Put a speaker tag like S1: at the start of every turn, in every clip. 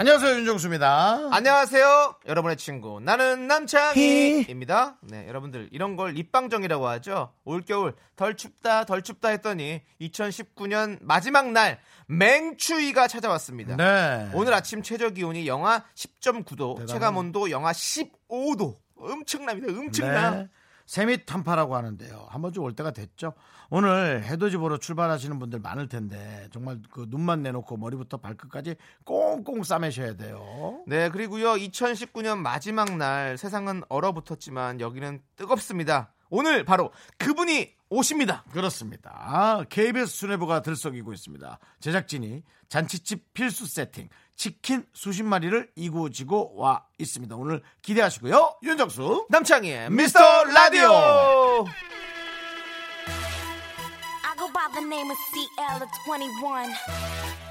S1: 안녕하세요 윤정수입니다.
S2: 아, 안녕하세요. 여러분의 친구 나는 남창희입니다. 네, 여러분들 이런 걸 입방정이라고 하죠. 올겨울 덜 춥다 덜 춥다 했더니 2019년 마지막 날 맹추위가 찾아왔습니다.
S1: 네.
S2: 오늘 아침 최저 기온이 영하 10.9도, 체감온도 영하 15도. 엄청납니다. 엄청나.
S1: 네. 세미 탄파라고 하는데요. 한 번쯤 올 때가 됐죠. 오늘 해돋이보러 출발하시는 분들 많을 텐데 정말 그 눈만 내놓고 머리부터 발끝까지 꽁꽁 싸매셔야 돼요.
S2: 네, 그리고요. 2019년 마지막 날 세상은 얼어붙었지만 여기는 뜨겁습니다. 오늘 바로 그분이 오십니다.
S1: 그렇습니다. KBS 수뇌부가 들썩이고 있습니다. 제작진이 잔치집 필수 세팅 치킨 수십 마리를 이고지고 와 있습니다. 오늘 기대하시고요. 윤정수
S2: 남창희의 네, 미스터 라디오.
S3: I go by the name of CL of 21.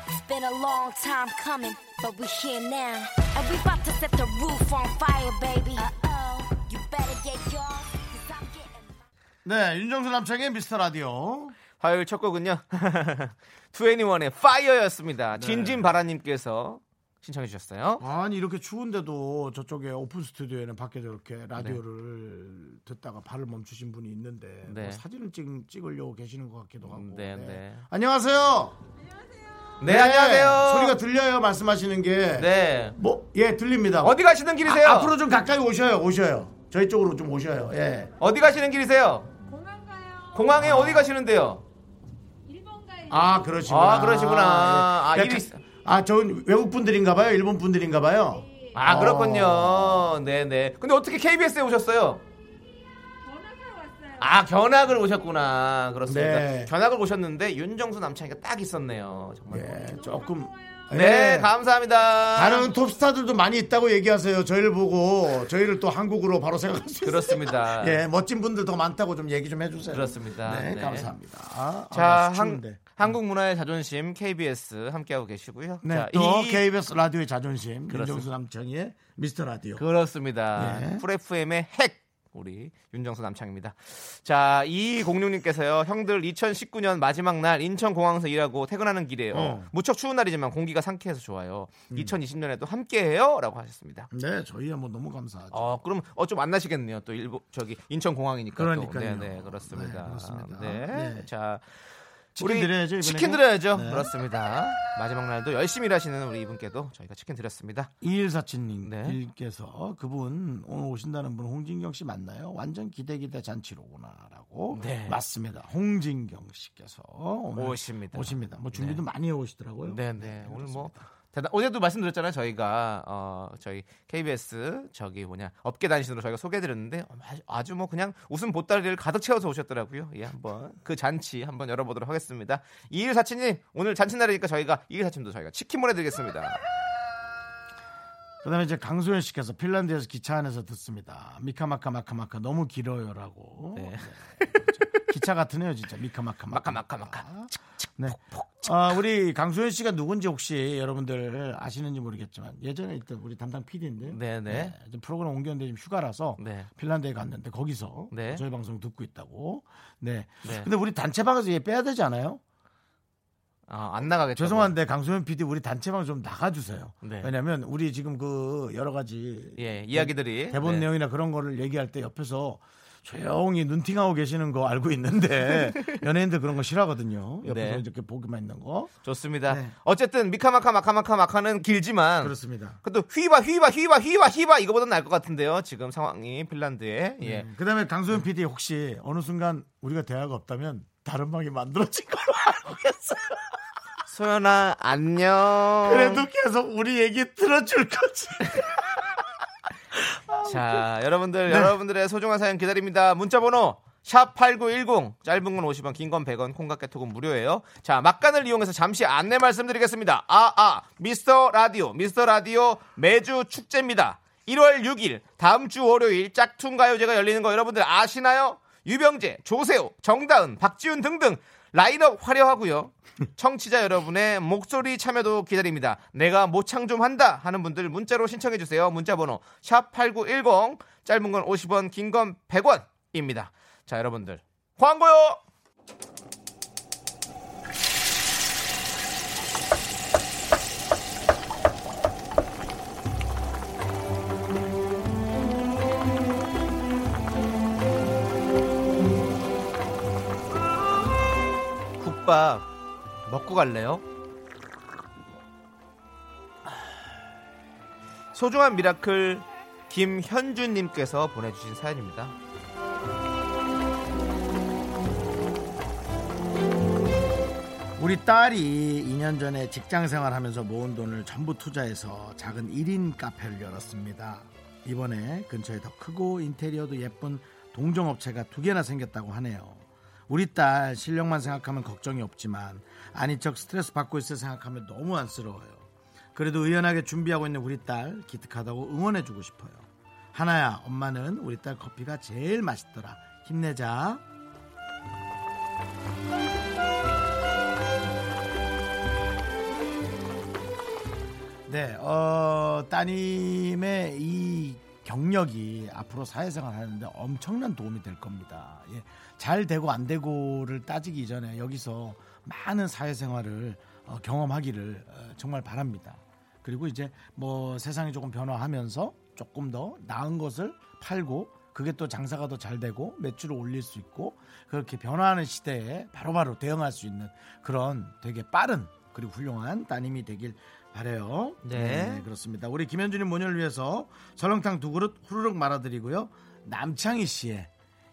S3: It's been a long time coming, but we're here now. And we about to set the roof on fire, baby. Uh-oh, you better get yours, cause I'm getting mine.
S1: 네, 윤정수 남창의 미스터 라디오.
S2: 화요일 첫 곡은요. 2NE1의
S1: 네.
S2: 파이어였습니다. 진진바라님께서 신청해 주셨어요.
S1: 아니 이렇게 추운데도 저쪽에 오픈 스튜디오에는 밖에 저렇게 라디오를 듣다가 발을 멈추신 분이 있는데
S2: 네.
S1: 뭐 사진을 찍, 찍으려고 계시는 것 같기도 하고.
S2: 네, 네.
S1: 안녕하세요. 예,
S2: 네, 안녕하세요.
S1: 소리가 들려요 말씀하시는 게.
S2: 네.
S1: 뭐? 예, 들립니다.
S2: 어디 가시는 길이세요?
S1: 아, 앞으로 좀 가까이 오셔요. 오셔요. 저희 쪽으로 좀 오셔요. 예.
S2: 어디 가시는 길이세요? 공항 가요. 공항에 어디 가시는데요?
S1: 아, 그러시구나.
S2: 아, 그러시구나. 아,
S1: 예.
S2: 일이-
S1: 가- 아, 저는 외국 분들인가 봐요. 일본 분들인가 봐요.
S2: 아,
S1: 어.
S2: 그렇군요. 네, 네. 근데 어떻게 KBS에 오셨어요? 아, 견학을 오셨구나. 그렇습니다.
S1: 네.
S2: 견학을 오셨는데 윤정수 남창이가 딱 있었네요. 정말.
S1: 예, 조금
S2: 네,
S1: 예.
S2: 감사합니다.
S1: 다른 톱스타들도 많이 있다고 얘기하세요. 저희를 보고 저희를 또 한국으로 바로 생각할 수 있어요.
S2: 그렇습니다.
S1: 예, 멋진 분들 더 많다고 좀 얘기 좀 해주세요.
S2: 그렇습니다.
S1: 네,
S2: 네.
S1: 감사합니다. 아,
S2: 자,
S1: 아,
S2: 한,
S1: 추운데.
S2: 한국 문화의 자존심 KBS 함께하고 계시고요.
S1: 네,
S2: 자,
S1: 또
S2: 이-
S1: KBS 라디오의 자존심
S2: 그렇습니다. 그-
S1: 윤정수 남창희의 미스터 라디오.
S2: 그렇습니다.
S1: 네.
S2: 풀 FM의 핵 우리 윤정수 남창입니다. 자, 이 공룡님께서요, 형들 2019년 마지막 날 인천공항에서 일하고 퇴근하는 길이에요.
S1: 어. 음.
S2: 무척 추운 날이지만 공기가 상쾌해서 좋아요. 2020년에도 함께해요라고 하셨습니다.
S1: 네, 저희야 뭐 너무 감사하죠.
S2: 어, 그럼 어, 좀 만나시겠네요. 또 일본 저기 인천공항이니까. 또.
S1: 그러니까요.
S2: 네, 네, 그렇습니다.
S1: 네, 그렇습니다.
S2: 네.
S1: 네.
S2: 자,
S1: 치킨 드려야죠, 이번에는?
S2: 치킨 드려야죠.
S1: 네.
S2: 그렇습니다. 마지막 날도 열심히 일하시는 우리 이분께도 저희가 치킨 드렸습니다.
S1: 2147님께서 그분 오늘 오신다는 분 홍진경 씨 맞나요? 완전 기대기대 잔치로구나라고
S2: 네.
S1: 맞습니다. 홍진경 씨께서 오늘
S2: 오십니다.
S1: 오십니다. 뭐 준비도 많이 해 오시더라고요.
S2: 네, 네. 오늘 뭐 대단, 어제도 말씀드렸잖아요. 저희가 어, 저희 KBS 저기 뭐냐 업계 단신으로 저희가 소개드렸는데 아주- 아주 뭐 그냥 웃음 보따리를 가득 채워서 오셨더라고요. 예, 한번 그 잔치 한번 열어보도록 하겠습니다. 이일사치님 오늘 잔치날이니까 저희가 이일사치님도 저희가 치킨 보내드리겠습니다.
S1: 그다음에 이제 강소연 씨께서 핀란드에서 기차 안에서 듣습니다. 미카마카 마카마카 너무 길어요라고. 네. 기차 같으네요, 진짜 미카마카
S2: 마카
S1: 마카.
S2: 마카 마카.
S1: 네. 아, 우리 강소연 씨가 누군지 혹시 여러분들 아시는지 모르겠지만 예전에 있던 우리 담당 PD인데
S2: 네, 네.
S1: 프로그램 옮겼는데 지금 휴가라서
S2: 네.
S1: 핀란드에 갔는데 거기서
S2: 네.
S1: 저희 방송 듣고 있다고. 네.
S2: 네.
S1: 근데 우리 단체방에서 얘 빼야 되지 않아요?
S2: 아, 안 나가겠죠.
S1: 죄송한데 강소연 PD 우리 단체방 좀 나가주세요.
S2: 네.
S1: 왜냐하면 우리 지금 그 여러 가지
S2: 예, 이야기들이
S1: 대본
S2: 네.
S1: 내용이나 그런 거를 얘기할 때 옆에서 조용히 눈팅하고 계시는 거 알고 있는데 연예인들 그런 거 싫어하거든요. 옆에서
S2: 네.
S1: 이렇게 보기만 있는 거.
S2: 좋습니다.
S1: 네.
S2: 어쨌든 미카마카 마카마카 마카는 길지만
S1: 그렇습니다.
S2: 그래도 휘바 휘바 휘바 휘바 휘바 이거보다 나을 것 같은데요. 지금 상황이 핀란드에 예.
S1: 네. 그다음에 강소연 PD 혹시 어느 순간 우리가 대화가 없다면 다른 방이 만들어진 걸로 알고 있어요.
S2: 소연아 안녕.
S1: 그래도 계속 우리 얘기 들어줄 거지.
S2: 자 여러분들 여러분들의 소중한 사연 기다립니다. 문자번호 샵8910 짧은 건 50원 긴 건 100원 콩깍개톡은 무료예요 자 막간을 이용해서 잠시 안내 말씀드리겠습니다 아아 미스터 라디오 미스터 라디오 매주 축제입니다 1월 6일 다음 주 월요일 짝퉁 가요제가 열리는 거 여러분들 아시나요? 유병재, 조세호, 정다은, 박지훈 등등 라인업 화려하고요. 청취자 여러분의 목소리 참여도 기다립니다. 내가 모창 좀 한다 하는 분들 문자로 신청해 주세요. 문자 번호 샵 8910 짧은 건 50원, 긴 건 100원입니다. 자, 여러분들 광고요. 국밥 먹고 갈래요? 소중한 미라클 김현준님께서 보내주신 사연입니다.
S1: 우리 딸이 2년 전에 직장 생활하면서 모은 돈을 전부 투자해서 작은 1인 카페를 열었습니다. 이번에 근처에 더 크고 인테리어도 예쁜 동종업체가 두 개나 생겼다고 하네요. 우리 딸 실력만 생각하면 걱정이 없지만 아닌 척 스트레스 받고 있을 생각하면 너무 안쓰러워요. 그래도 의연하게 준비하고 있는 우리 딸 기특하다고 응원해주고 싶어요. 하나야 엄마는 우리 딸 커피가 제일 맛있더라. 힘내자. 네, 어, 따님의 이 경력이 앞으로 사회생활 하는데 엄청난 도움이 될 겁니다. 예, 잘 되고 안 되고를 따지기 이전에 여기서 많은 사회생활을 어, 경험하기를 어, 정말 바랍니다. 그리고 이제 뭐 세상이 조금 변화하면서 조금 더 나은 것을 팔고 그게 또 장사가 더 잘 되고 매출을 올릴 수 있고 그렇게 변화하는 시대에 바로바로 대응할 수 있는 그런 되게 빠른 그리고 훌륭한 따님이 되길 바래요.
S2: 네.
S1: 그렇습니다. 우리 김현준님 모녀를 위해서 설렁탕 두 그릇 후루룩 말아드리고요. 남창희 씨의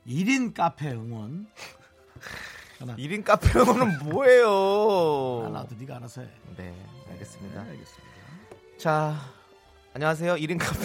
S1: 1인 카페 응원
S2: 1인 카페로는 뭐예요?
S1: 하나도 네가 알아서 해.
S2: 네, 알겠습니다.
S1: 네, 알겠습니다.
S2: 자, 안녕하세요. 1인 카페.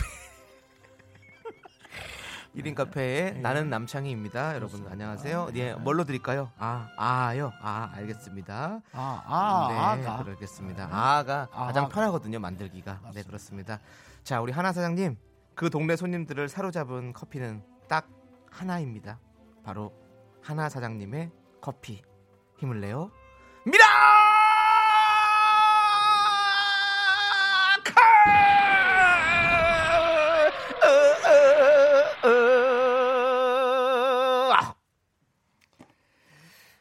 S2: 1인 카페의 나는 남창희입니다. 여러분 안녕하세요. 예, 뭘로 드릴까요? 아, 아요. 아, 알겠습니다.
S1: 아, 아,
S2: 네,
S1: 아가. 네.
S2: 그러겠습니다. 아가 가장
S1: 아가.
S2: 편하거든요, 만들기가. 네, 그렇습니다. 자, 우리 하나 사장님. 그 동네 손님들을 사로잡은 커피는 딱 하나입니다. 바로 하나 사장님의 커피. 힘을 내요. 미라! 어, 어. 아!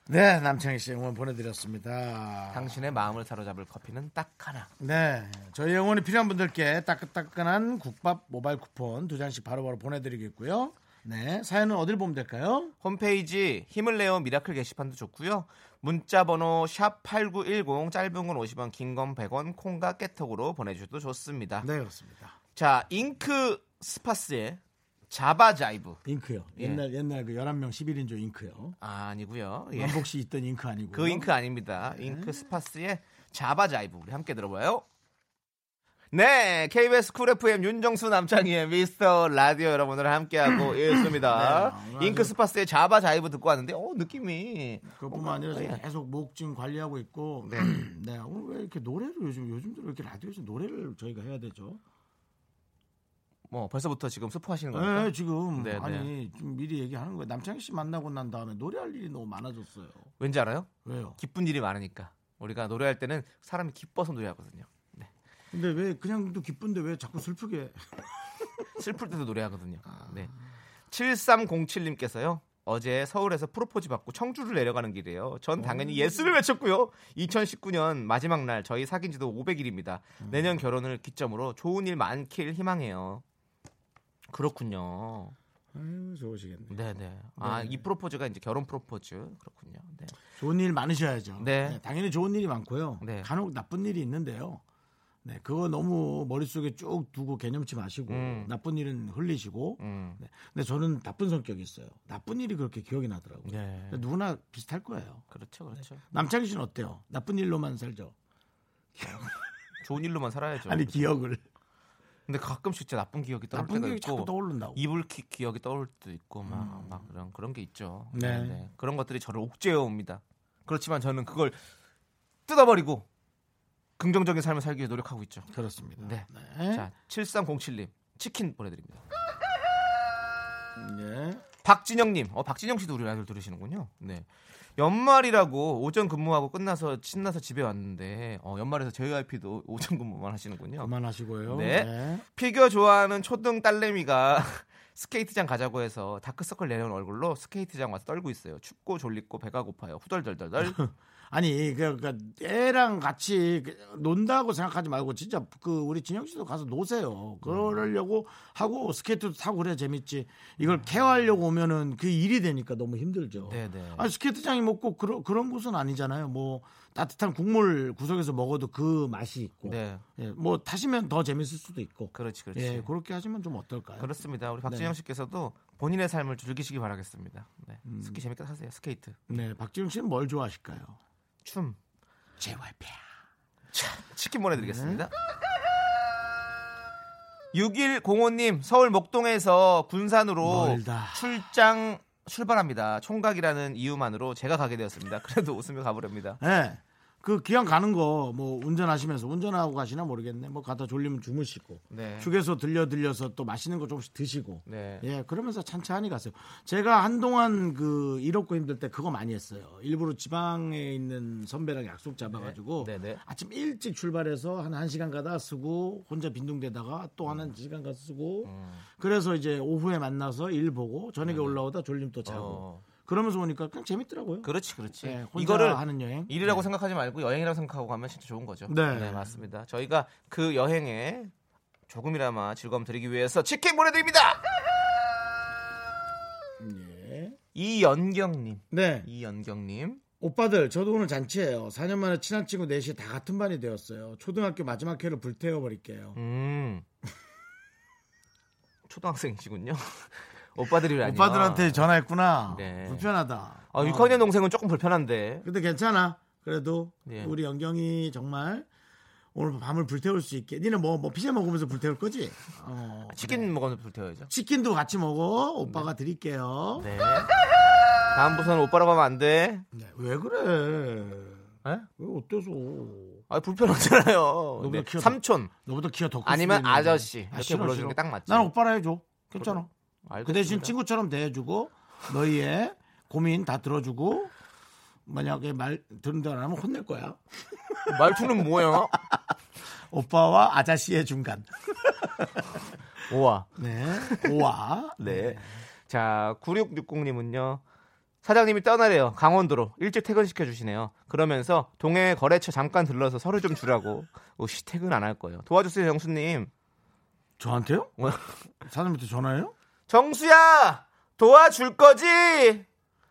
S1: 네, 남창희 씨 응원 보내드렸습니다.
S2: 당신의 마음을 사로잡을 커피는 딱 하나.
S1: 네, 저희 응원이 필요한 분들께 따끈따끈한 국밥 모바일 쿠폰 두 장씩 바로바로 보내드리겠고요. 네, 사연은 어딜 보면 될까요?
S2: 홈페이지 힘을 내어 미라클 게시판도 좋고요. 문자 번호 샵 8910 짧은 건 50원, 긴 건 100원, 콩과 깨톡으로 보내 주셔도 좋습니다.
S1: 네, 그렇습니다.
S2: 자, 잉크 스파스의 자바 자이브.
S1: 잉크요.
S2: 예.
S1: 옛날 옛날 그 11명 11인조 잉크요.
S2: 아, 니고요 예.
S1: 만복 씨 있던 잉크 아니고.
S2: 그 잉크 아닙니다.
S1: 네.
S2: 잉크 스파스의 자바 자이브 우리 함께 들어봐요. 네, KBS 쿨 FM 윤정수 남창희의 미스터 라디오 여러분들 함께하고 있습니다.
S1: 네, 오늘
S2: 잉크
S1: 아주-
S2: 스파스의 자바 자이브 듣고 왔는데, 어 느낌이
S1: 그것뿐만 아니라 지금 계속 목 지금 관리하고 있고.
S2: 어, 예. 네.
S1: 네. 오늘 왜 이렇게 노래를 요즘 요즘도 이렇게 라디오에서 노래를 저희가 해야 되죠?
S2: 뭐 벌써부터 지금 스포하시는
S1: 예,
S2: 겁니까?
S1: 지금
S2: 네,
S1: 아니 좀 미리 얘기하는 거예요. 남창희 씨 만나고 난 다음에 노래할 일이 너무 많아졌어요.
S2: 왠지 알아요?
S1: 왜요?
S2: 기쁜 일이 많으니까 우리가 노래할 때는 사람이 기뻐서 노래하거든요. 네.
S1: 근데 왜 그냥 또 기쁜데 왜 자꾸 슬프게? 해?
S2: 슬플 때도 노래하거든요. 네. 7307님께서요. 어제 서울에서 프로포즈 받고 청주를 내려가는 길이에요. 전 당연히 예스를 외쳤고요. 2019년 마지막 날 저희 사귄 지도 500일입니다. 내년 결혼을 기점으로 좋은 일 많길 희망해요. 그렇군요.
S1: 아유, 좋으시겠네.
S2: 네네. 아, 이 프로포즈가 이제 결혼 프로포즈. 그렇군요. 네.
S1: 좋은 일 많으셔야죠.
S2: 네.
S1: 당연히 좋은 일이 많고요.
S2: 네.
S1: 간혹 나쁜 일이 있는데요. 네, 그거 너무 머릿속에 쭉 두고 개념치 마시고
S2: 음.
S1: 나쁜 일은 흘리시고.
S2: 음.
S1: 네. 근데 저는 나쁜 성격이 있어요. 나쁜 일이 그렇게 기억이 나더라고요.
S2: 네.
S1: 근데 누구나 비슷할 거예요.
S2: 그렇죠. 그렇죠.
S1: 남창희 씨는 어때요? 나쁜 일로만 살죠.
S2: 좋은 일로만 살아야죠.
S1: 아니 기억을
S2: 근데 가끔씩 진짜 나쁜 기억이 떠올
S1: 나쁜
S2: 때가
S1: 기억이 자꾸
S2: 있고
S1: 떠오른다고.
S2: 이불킥 기억이 떠올 때도 있고 막, 막 그런 그런 게 있죠.
S1: 네.
S2: 그런 것들이 저를 옥죄어 옵니다. 그렇지만 저는 그걸 뜯어버리고 긍정적인 삶을 살기 위해 노력하고 있죠.
S1: 그렇습니다.
S2: 네.
S1: 네.
S2: 자, 7307님 치킨 보내드립니다.
S1: 네.
S2: 박진영님, 어 박진영 씨도 우리 라디오 들으시는군요. 네. 연말이라고 오전 근무하고 끝나서 신나서 집에 왔는데 어, 연말에서 JYP도 오전 근무만 하시는군요.
S1: 그만하시고요.
S2: 네. 피겨 좋아하는 초등 딸내미가 스케이트장 가자고 해서 다크서클 내려온 얼굴로 스케이트장 와서 떨고 있어요. 춥고 졸리고 배가 고파요. 후덜덜덜덜.
S1: 아니 그, 그 애랑 같이 그 논다고 생각하지 말고 진짜 그 우리 진영 씨도 가서 노세요. 그러려고 하고 스케이트도 타고 그래야 재밌지. 이걸 케어하려고 오면은 그 일이 되니까 너무 힘들죠.
S2: 음. 네네.
S1: 아니 스케이트장이 먹고 그런 그런 곳은 아니잖아요. 뭐 따뜻한 국물 구석에서 먹어도 그 맛이 있고.
S2: 네.
S1: 예, 뭐 타시면 더 재밌을 수도 있고.
S2: 그렇지 그렇지.
S1: 예, 그렇게 하시면 좀 어떨까요?
S2: 그렇습니다. 우리 박진영
S1: 네.
S2: 씨께서도 본인의 삶을 즐기시기 바라겠습니다. 네.
S1: 음.
S2: 스키 재밌게 타세요. 스케이트.
S1: 네, 박지훈 씨는 뭘 좋아하실까요?
S2: 춤.
S1: JYP.
S2: 치킨
S1: 네.
S2: 보내드리겠습니다. 6105님 서울 목동에서 군산으로
S1: 멀다.
S2: 출장 출발합니다. 총각이라는 이유만으로 제가 가게 되었습니다. 그래도 웃으며 가보렵니다.
S1: 예. 그 기왕 가는 거 뭐 운전하시면서 운전하고 가시나 모르겠네. 뭐 가다 졸리면 주무시고
S2: 네.
S1: 휴게소 들려 들려서 또 맛있는 거 조금씩 드시고.
S2: 네.
S1: 예, 그러면서 찬찬히 가세요. 제가 한동안 그 이롭고 힘들 때 그거 많이 했어요. 일부러 지방에 있는 선배랑 약속 잡아가지고
S2: 네, 네, 네.
S1: 아침 일찍 출발해서 한 1시간 가다 쓰고 혼자 빈둥대다가 또 한 1시간 가서 쓰고
S2: 음.
S1: 그래서 이제 오후에 만나서 일 보고 저녁에 올라오다 졸림 또 자고
S2: 네, 어.
S1: 그러면서 오니까 그냥 재밌더라고요.
S2: 그렇지, 그렇지.
S1: 예, 혼자
S2: 이거를
S1: 하는 여행.
S2: 일이라고 생각하지 말고 여행이라고 생각하고 가면 진짜 좋은 거죠.
S1: 네.
S2: 맞습니다. 저희가 그 여행에 조금이나마 즐거움 드리기 위해서 치킨 보내드립니다.
S1: 예.
S2: 이연경님,
S1: 네.
S2: 이연경님,
S1: 오빠들 저도 오늘 잔치예요. 4년 만에 친한 친구 넷이 다 같은 반이 되었어요. 초등학교 마지막 회를 불태워 버릴게요.
S2: 음, 초등학생이시군요. 오빠들이 아니야.
S1: 오빠들한테 어. 전화했구나.
S2: 네.
S1: 불편하다.
S2: 아, 6학년 동생은 조금 불편한데.
S1: 근데 괜찮아. 그래도
S2: 예.
S1: 우리 영경이 정말 오늘 밤을 불태울 수 있게. 니네 뭐, 뭐 피자 먹으면서 불태울 거지? 어,
S2: 치킨 먹으면 불태워야죠.
S1: 치킨도 같이 먹어. 오빠가 드릴게요.
S2: 네. 다음 부서는 오빠라고 하면 안 돼.
S1: 네, 왜 그래?
S2: 에?
S1: 왜 어때서?
S2: 아, 불편하잖아요.
S1: 너보다
S2: 네.
S1: 키가 더-
S2: 삼촌.
S1: 너보다 키가 더 크지.
S2: 아니면 아저씨 이렇게 불러주는 게 딱 맞지.
S1: 난 오빠라 해줘. 괜찮아. 그
S2: 알겠습니다.
S1: 대신 친구처럼 대해주고 너희의 고민 다 들어주고 만약에 말 듣는다 안 하면 혼낼 거야.
S2: 말투는 뭐야?
S1: 오빠와 아저씨의 중간.
S2: 오와.
S1: 네. 오와.
S2: 네. 자, 9660님은요. 사장님이 떠나래요. 강원도로 일찍 퇴근시켜 주시네요. 그러면서 동해 거래처 잠깐 들러서 서류 좀 주라고. 오씨 퇴근 안 할 거예요. 도와주세요, 정수님.
S1: 저한테요? 사장님한테 전화해요?
S2: 정수야 도와줄 거지?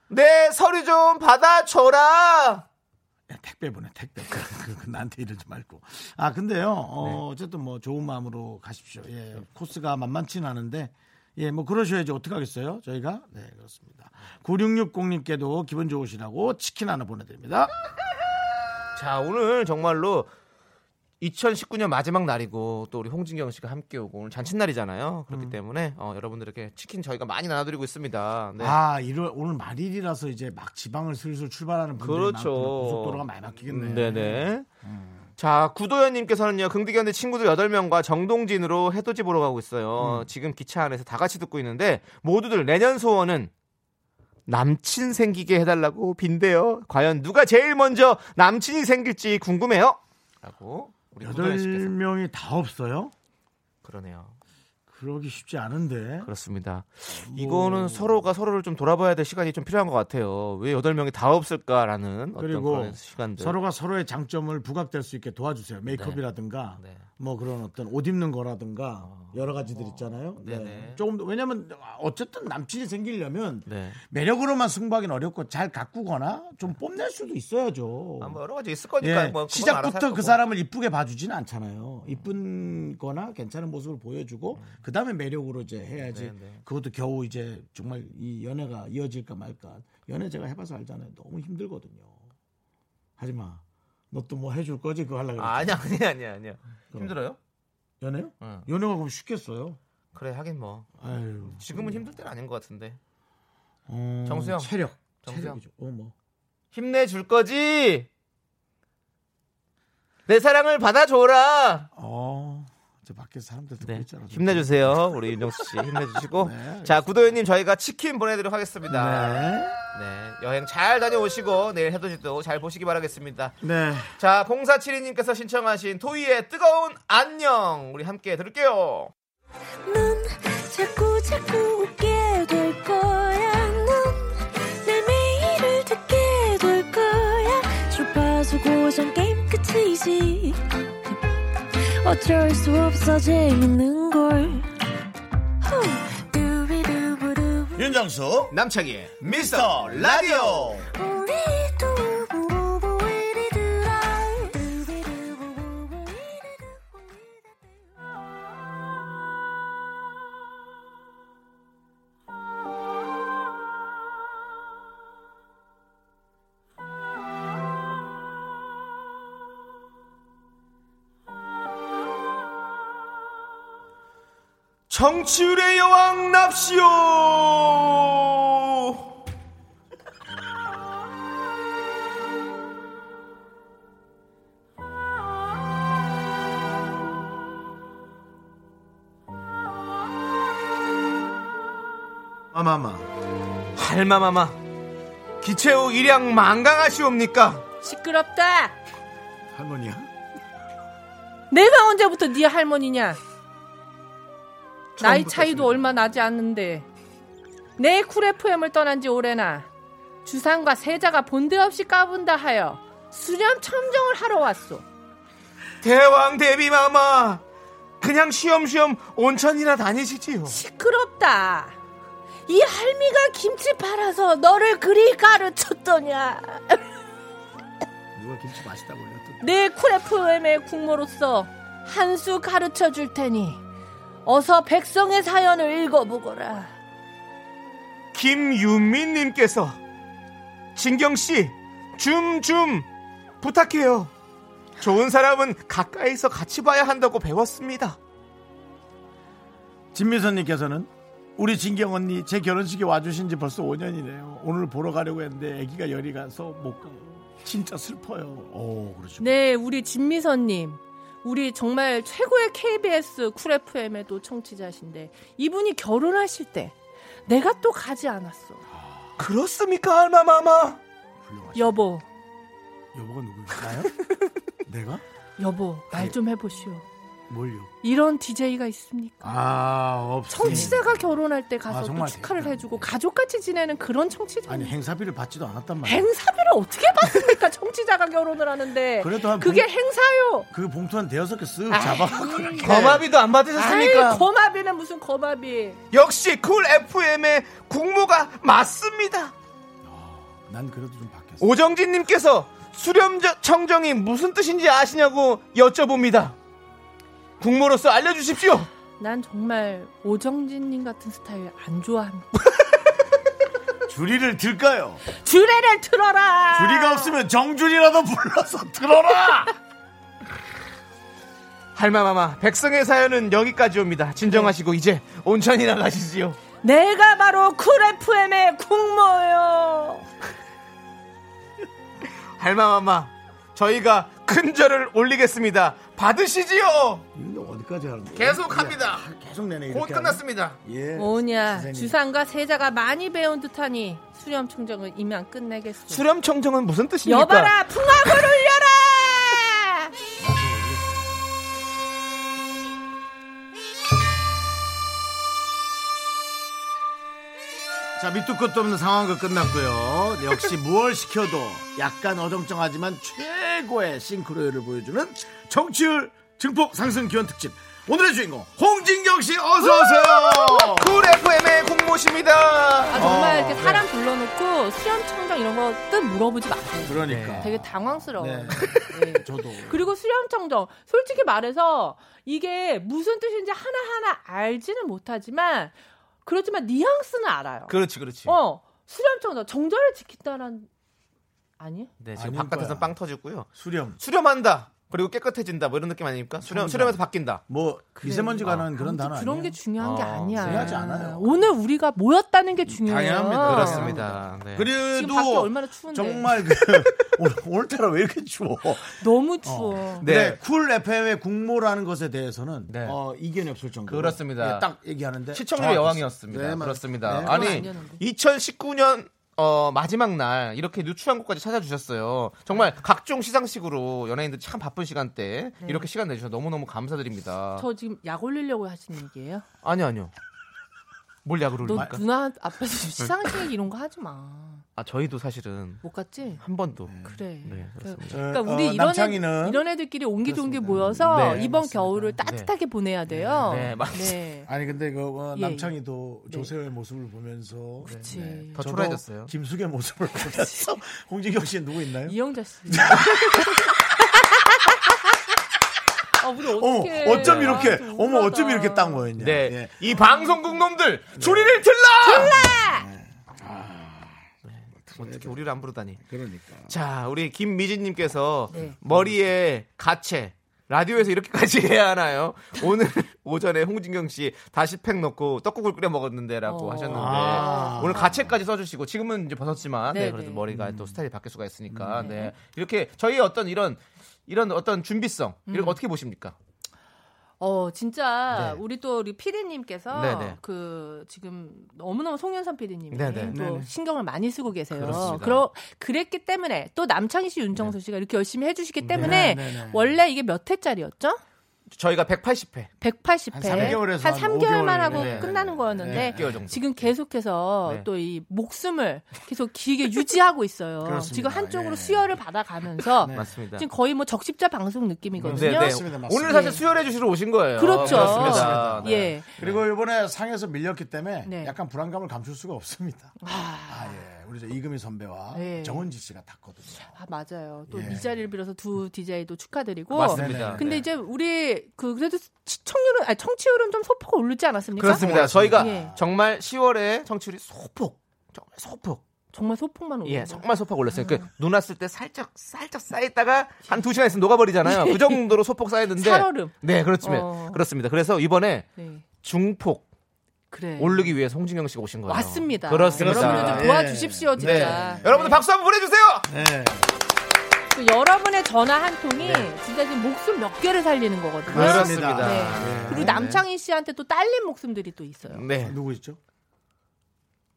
S2: 내 서류 좀 받아줘라.
S1: 야, 택배 보내 택배. 그, 그, 나한테 이러지 말고. 아 근데요.
S2: 네.
S1: 어, 쨌든뭐 좋은 마음으로 가십시오. 예. 코스가 만만치는 않은데. 예, 뭐 그러셔야지 어떻게 하겠어요? 저희가 네 그렇습니다. 9660님께도 기분 좋으시라고 치킨 하나 보내드립니다.
S2: 자 오늘 정말로 2019년 마지막 날이고 또 우리 홍진경 씨가 함께 오고 오늘 잔칫날이잖아요. 그렇기
S1: 음.
S2: 때문에 어, 여러분들에게 치킨 저희가 많이 나눠드리고 있습니다. 네.
S1: 아, 일월 오늘 말일이라서 이제 막 지방을 슬슬 출발하는 분들이
S2: 그렇죠. 음,
S1: 많구나. 고속도로가 많이 막히겠네. 음.
S2: 네네. 자 구도현님께서는요 긍디견디 친구들 8명과 정동진으로 해돋이 보러 가고 있어요
S1: 음.
S2: 지금 기차 안에서 다 같이 듣고 있는데 모두들 내년 소원은 남친 생기게 해달라고 빈대요 과연 누가 제일 먼저 남친이 생길지 궁금해요 라고 우리
S1: 여덟
S2: 구도현 씨께서
S1: 명이 다 없어요?
S2: 그러네요
S1: 그러기 쉽지 않은데.
S2: 그렇습니다 이거는 서로가 서로를 좀 돌아봐야 될 시간이 좀 필요한 것 같아요 왜 8명이 다 없을까라는 어떤
S1: 그리고
S2: 그런 시간들
S1: 서로가 서로의 장점을 부각될 수 있게 도와주세요. 메이크업이라든가
S2: 네. 어.
S1: 뭐 그런 어떤 옷 입는 거라든가 여러 가지들 있잖아요. 네.
S2: 네네.
S1: 조금 더 왜냐면 어쨌든 남친이 생기려면
S2: 네.
S1: 매력으로만 승부하기는 어렵고 잘 가꾸거나 좀 뽐낼 수도 있어야죠.
S2: 아, 뭐 여러 가지 있을 거니까
S1: 예,
S2: 뭐 그건 알아서 할
S1: 시작부터 그
S2: 거고.
S1: 사람을 이쁘게 봐주지는 않잖아요. 이쁜거나 괜찮은 모습을 보여주고 그 다음에 매력으로 이제 해야지.
S2: 네, 네.
S1: 그것도 겨우 이제 정말 이 연애가 이어질까 말까. 연애 제가 해봐서 알잖아요. 너무 힘들거든요. 하지마. 너 또 뭐 해줄 거지 그거 하려고.
S2: 아, 아니야 아니야 아니야 아니야
S1: 그럼.
S2: 힘들어요?
S1: 연애요?
S2: 응.
S1: 연애가 그럼 쉽겠어요?
S2: 그래 하긴 뭐
S1: 아유.
S2: 지금은 힘들 때는 아닌 것 같은데
S1: 어,
S2: 정수영.
S1: 체력.
S2: 정수영.
S1: 체력이죠. 어, 뭐.
S2: 힘내줄 거지 내 사랑을 받아줘라
S1: 어. 저 밖에서 사람들 듣고
S2: 네.
S1: 있잖아.
S2: 힘내주세요 우리 윤정수 씨 힘내주시고
S1: 네,
S2: 자 구도현님 저희가 치킨 보내드리도록 하겠습니다
S1: 네.
S2: 네, 여행 잘 다녀오시고 내일 해돋이도 잘 보시기 바라겠습니다
S1: 네.
S2: 자, 0472님께서 신청하신 토이의 뜨거운 안녕 우리 함께 들을게요.
S4: 넌 자꾸 자꾸 웃게 될 거야. 넌내 매일을 듣게 될 거야. 주파수 고정 게임 끝이지. 어쩔 수 없어 재밌는 걸. 후. 두비두부두부.
S1: 윤정수.
S2: 남창희의 어? 미스터 라디오.
S4: 우리 두부부부 우리들아. 두비두부부부 우리들아.
S2: 정치율의 여왕 납시오.
S1: 마마마.
S2: 할마마마 기체우 일양 망강하시옵니까?
S5: 시끄럽다.
S1: 할머니야.
S5: 내가 언제부터 네 할머니냐? 나이 차이도 얼마 나지 않는데 내 쿨FM을 떠난 지 오래나 주상과 세자가 본데 없이 까분다 하여 수렴 첨정을 하러 왔소.
S2: 대왕 대비마마 그냥 쉬엄쉬엄 온천이나 다니시지요.
S5: 시끄럽다. 이 할미가 김치 팔아서 너를 그리 가르쳤더냐.
S1: 누가 김치 맛있다고 올렸던.
S5: 내 쿨FM의 국모로서 한 수 가르쳐 줄 테니 어서 백성의 사연을 읽어보거라.
S2: 김유민님께서 진경 씨 줌 줌 부탁해요. 좋은 사람은 가까이서 같이 봐야 한다고 배웠습니다.
S1: 진미선님께서는 우리 진경 언니 제 결혼식에 와주신 지 벌써 5년이네요. 오늘 보러 가려고 했는데 아기가 열이 가서 못 가요. 진짜 슬퍼요. 오, 어, 그러죠.
S5: 네, 우리 진미선님. 우리 정말 최고의 KBS 쿨 FM에도 청취자신데 이분이 결혼하실 때 내가 또 가지 않았어.
S1: 아,
S2: 그렇습니까, 알마마마?
S1: 훌륭하시네.
S5: 여보,
S1: 여보가 누구일까요? 내가?
S5: 여보,
S1: 네.
S5: 말 좀 해보시오.
S1: 뭘요?
S5: 이런 DJ가 있습니까?
S1: 아, 없어.
S5: 청취자가 결혼할 때 가서
S1: 아,
S5: 또
S1: 정말
S5: 축하를
S1: 대단해.
S5: 해주고 가족같이 지내는 그런 청취자.
S1: 아니, 행사비를 받지도 않았단 말이야.
S5: 행사비를 어떻게 받습니까? 청취자가 결혼을 하는데
S1: 그래도 한
S5: 그게 음,
S1: 분-
S5: 행사요.
S1: 그 봉투 한 대여섯 개 쓱 잡아갖고 이렇게.
S2: 거마비도 네. 안
S5: 아이
S2: 받으셨습니까?
S5: 거마비는 무슨 거마비?
S2: 역시 쿨 FM의 국모가 맞습니다.
S1: 난 그래도 좀 바뀌었어.
S2: 오정진님께서 수렴 청정이 무슨 뜻인지 아시냐고 여쭤봅니다. 국모로서 알려주십시오.
S5: 난 정말 오정진님 같은 스타일 안 좋아합니다.
S1: 주리를 들까요?
S5: 주례를 틀어라.
S1: 주리가 없으면 정준이라도 불러서 들어라!
S2: 할마마마 백성의 사연은 여기까지 옵니다. 진정하시고 이제 온천이나 가시지요.
S5: 내가 바로 쿨 FM의 국모요.
S2: 할마마마 저희가 큰 절을 올리겠습니다. 받으시지요.
S1: 이거 어디까지 하는 거야?
S2: 계속합니다.
S1: 이게 계속 내내 이렇게
S2: 곧 끝났습니다.
S1: 하면- 예.
S5: 뭐냐
S1: 선생님.
S5: 주상과 세자가 많이 배운 듯하니 수렴 청정은 이만 끝내겠소.
S2: 수렴 청정은 무슨 뜻입니까?
S5: 여봐라
S1: 그러니까.
S5: 풍악을 울려라.
S1: 자, 밑도 끝도 없는 상황극 끝났고요. 역시 무얼 시켜도 약간 어정쩡하지만 최고의 싱크로율을 보여주는 정치율 증폭 상승 기원 특집. 오늘의 주인공 홍진경 씨 어서 오세요.
S2: 쿨 FM의 공모십니다.
S5: 아, 정말 이렇게
S1: 네.
S5: 사람 불러놓고 수렴 청정 이런 거 뜻 물어보지 마세요.
S1: 그러니까
S5: 되게 당황스러워.
S1: 네.
S5: 네.
S1: 저도
S5: 그리고 수렴청정 솔직히 말해서 이게 무슨 뜻인지 하나하나 알지는 못하지만 그렇지만 뉘앙스는 알아요.
S2: 그렇지 그렇지.
S5: 어 수렴청정 정절을 지킨다는 아니?
S2: 네 지금
S1: 아닐
S2: 바깥에서
S1: 거야.
S2: 빵 터졌고요.
S1: 수렴
S2: 수렴한다. 그리고 깨끗해진다 뭐 이런 느낌 아닙니까? 수렴
S1: 청정.
S2: 수렴에서 바뀐다.
S1: 뭐 미세먼지 가는 그런 단어 아니에요?
S5: 그런 게 중요한 게
S2: 어,
S5: 아니야.
S1: 중요하지 않아요.
S5: 오늘 우리가 모였다는 게 중요해요.
S1: 당연합니다.
S2: 그렇습니다. 네.
S5: 지금 밖에
S1: 그래도
S5: 얼마나 추운데.
S1: 정말 그 오늘, 오늘따라 왜 이렇게 추워?
S5: 너무 추워.
S1: 네.
S2: 네.
S1: 쿨 FM의 국모라는 것에 대해서는
S2: 네.
S1: 어, 이견이 없을 정도로
S2: 그렇습니다.
S1: 예, 딱 얘기하는데
S2: 시청률
S1: 정확했어요.
S2: 여왕이었습니다.
S1: 네, 맞-
S2: 그렇습니다.
S1: 네,
S2: 아니
S5: 아니었는데.
S2: 2019년 어, 마지막 날 이렇게 누추한 곳까지 찾아주셨어요. 정말 각종 시상식으로 연예인들 참 바쁜 시간대 이렇게 시간 내주셔서 너무너무 감사드립니다.
S5: 네. 저 지금 약 올리려고 하시는 얘기예요?
S2: 아니요 아니요. 뭘 약을
S5: 너 그-
S2: 올립니까?
S5: 누나 앞에서 시상식 이런 거 하지 마.
S2: 아 저희도 사실은
S5: 못 갔지?
S2: 한 번도
S5: 그래.
S2: 네, 그렇습니다.
S5: 그러니까
S1: 어,
S5: 우리 이런, 애,
S1: 남창희는
S5: 이런 애들끼리 옹기종기 모여서
S2: 네,
S5: 이번
S1: 맞습니다.
S5: 겨울을 따뜻하게 보내야 돼요.
S2: 네, 맞습니다.
S5: 네.
S1: 아니 근데 그 어,
S5: 예,
S1: 남창희도
S5: 예.
S1: 조세호의 모습을 보면서 네.
S5: 그치.
S2: 네. 더
S1: 저도
S2: 초라해졌어요.
S1: 김숙의 모습을 보면서 홍진경 씨는 누구 있나요?
S5: 이영자 씨. 아, 우리
S1: 어머
S5: 어떻게?
S1: 어쩜
S5: 아,
S1: 이렇게 어머 어쩜 이렇게 딱 모였냐?
S2: 네.
S1: 예.
S2: 이 방송국 놈들 조리를 틀라! 네. 어떻게 우리를 안 부르다니.
S1: 아. 그러니까
S2: 자, 우리 김미진님께서
S5: 네.
S2: 머리에 가채. 라디오에서 이렇게까지 해야 하나요? 오늘 오전에 홍진경 씨 다시 팩 넣고 떡국을 끓여 먹었는데라고
S5: 어.
S2: 하셨는데
S1: 아.
S2: 오늘 가채까지 써주시고 지금은 이제 벗었지만 네,
S5: 네,
S2: 그래도
S5: 네.
S2: 머리가
S1: 음.
S2: 또 스타일이 바뀔 수가 있으니까 네. 이렇게 저희 어떤 이런 이런 어떤 준비성 이런
S5: 음.
S2: 거 어떻게 보십니까?
S5: 어 진짜
S2: 네.
S5: 우리 또 우리 피디님께서
S2: 네, 네.
S5: 그 지금 너무너무 송현선 피디님이
S2: 네, 네.
S5: 또 신경을 많이 쓰고 계세요.
S2: 그렇습니다. 네.
S5: 그러 그랬기 때문에 또 남창희 씨, 윤정수 씨가 이렇게 열심히 해주시기
S1: 네,
S5: 때문에
S1: 네, 네.
S5: 원래 이게 몇 회짜리였죠?
S2: 저희가 180회
S5: 180회
S1: 한 3개월에서 한
S5: 한 3개월만 하고
S2: 네, 네.
S5: 끝나는 거였는데
S2: 6개월 정도.
S5: 지금 계속해서
S2: 음. 네.
S5: 또 이 목숨을 계속 길게 유지하고 있어요.
S1: 그렇습니다.
S5: 지금 한쪽으로
S1: 예.
S2: 네.
S5: 수혈을 받아가면서
S2: 맞습니다.
S5: 지금 거의 뭐 적십자 방송 느낌이거든요.
S2: 네, 네.
S1: 맞습니다, 맞습니다.
S2: 오늘 사실 수혈해 주시러 오신 거예요.
S5: 그렇죠.
S2: 그렇습니다. 네.
S5: 예.
S1: 그리고 이번에 상에서 밀렸기 때문에
S5: 네.
S1: 약간 불안감을 감출 수가 없습니다.
S5: 아,
S1: 아, 예. 우리 저 이금희 선배와
S5: 네.
S1: 정은지 씨가 탔거든요.
S5: 아, 맞아요. 또
S1: 예.
S5: 미자리를 빌어서 두 DJ도 축하드리고.
S2: 맞습니다.
S1: 네네.
S5: 어, 근데 이제 우리 그 그래도 시청률은 아니 청취율은 좀 소폭 오르지 않았습니까?
S2: 그렇습니다. 저희가
S5: 예.
S2: 정말 10월에 청취율이 소폭, 정말 소폭,
S5: 정말 소폭만 오르고.
S2: 예, 정말 소폭 올랐어요.
S5: 음.
S2: 그 눈 왔을 때 살짝, 살짝 쌓였다가 한 두 시간 있으면 녹아버리잖아요. 그 정도로 소폭 쌓였는데.
S5: 예. 살얼음.
S2: 네, 그렇습니다.
S5: 어.
S2: 그렇습니다. 그래서 이번에
S5: 네.
S2: 중폭
S5: 그래.
S2: 오르기 위해 서 홍진경 씨가 오신 거예요.
S5: 왔습니다. 음. 여러분들
S2: 그렇습니다.
S5: 좀 도와주십시오
S2: 네.
S5: 진짜. 네.
S2: 여러분들 박수 한번 보내주세요.
S1: 네.
S5: 또 여러분의 전화 한 통이
S2: 네.
S5: 진짜 지금 목숨 몇 개를 살리는 거거든요.
S2: 그렇습니다. 예.
S5: 네. 그리고 남창희 씨한테 또 딸린 목숨들이 또 있어요.
S2: 네.
S1: 누구 있죠?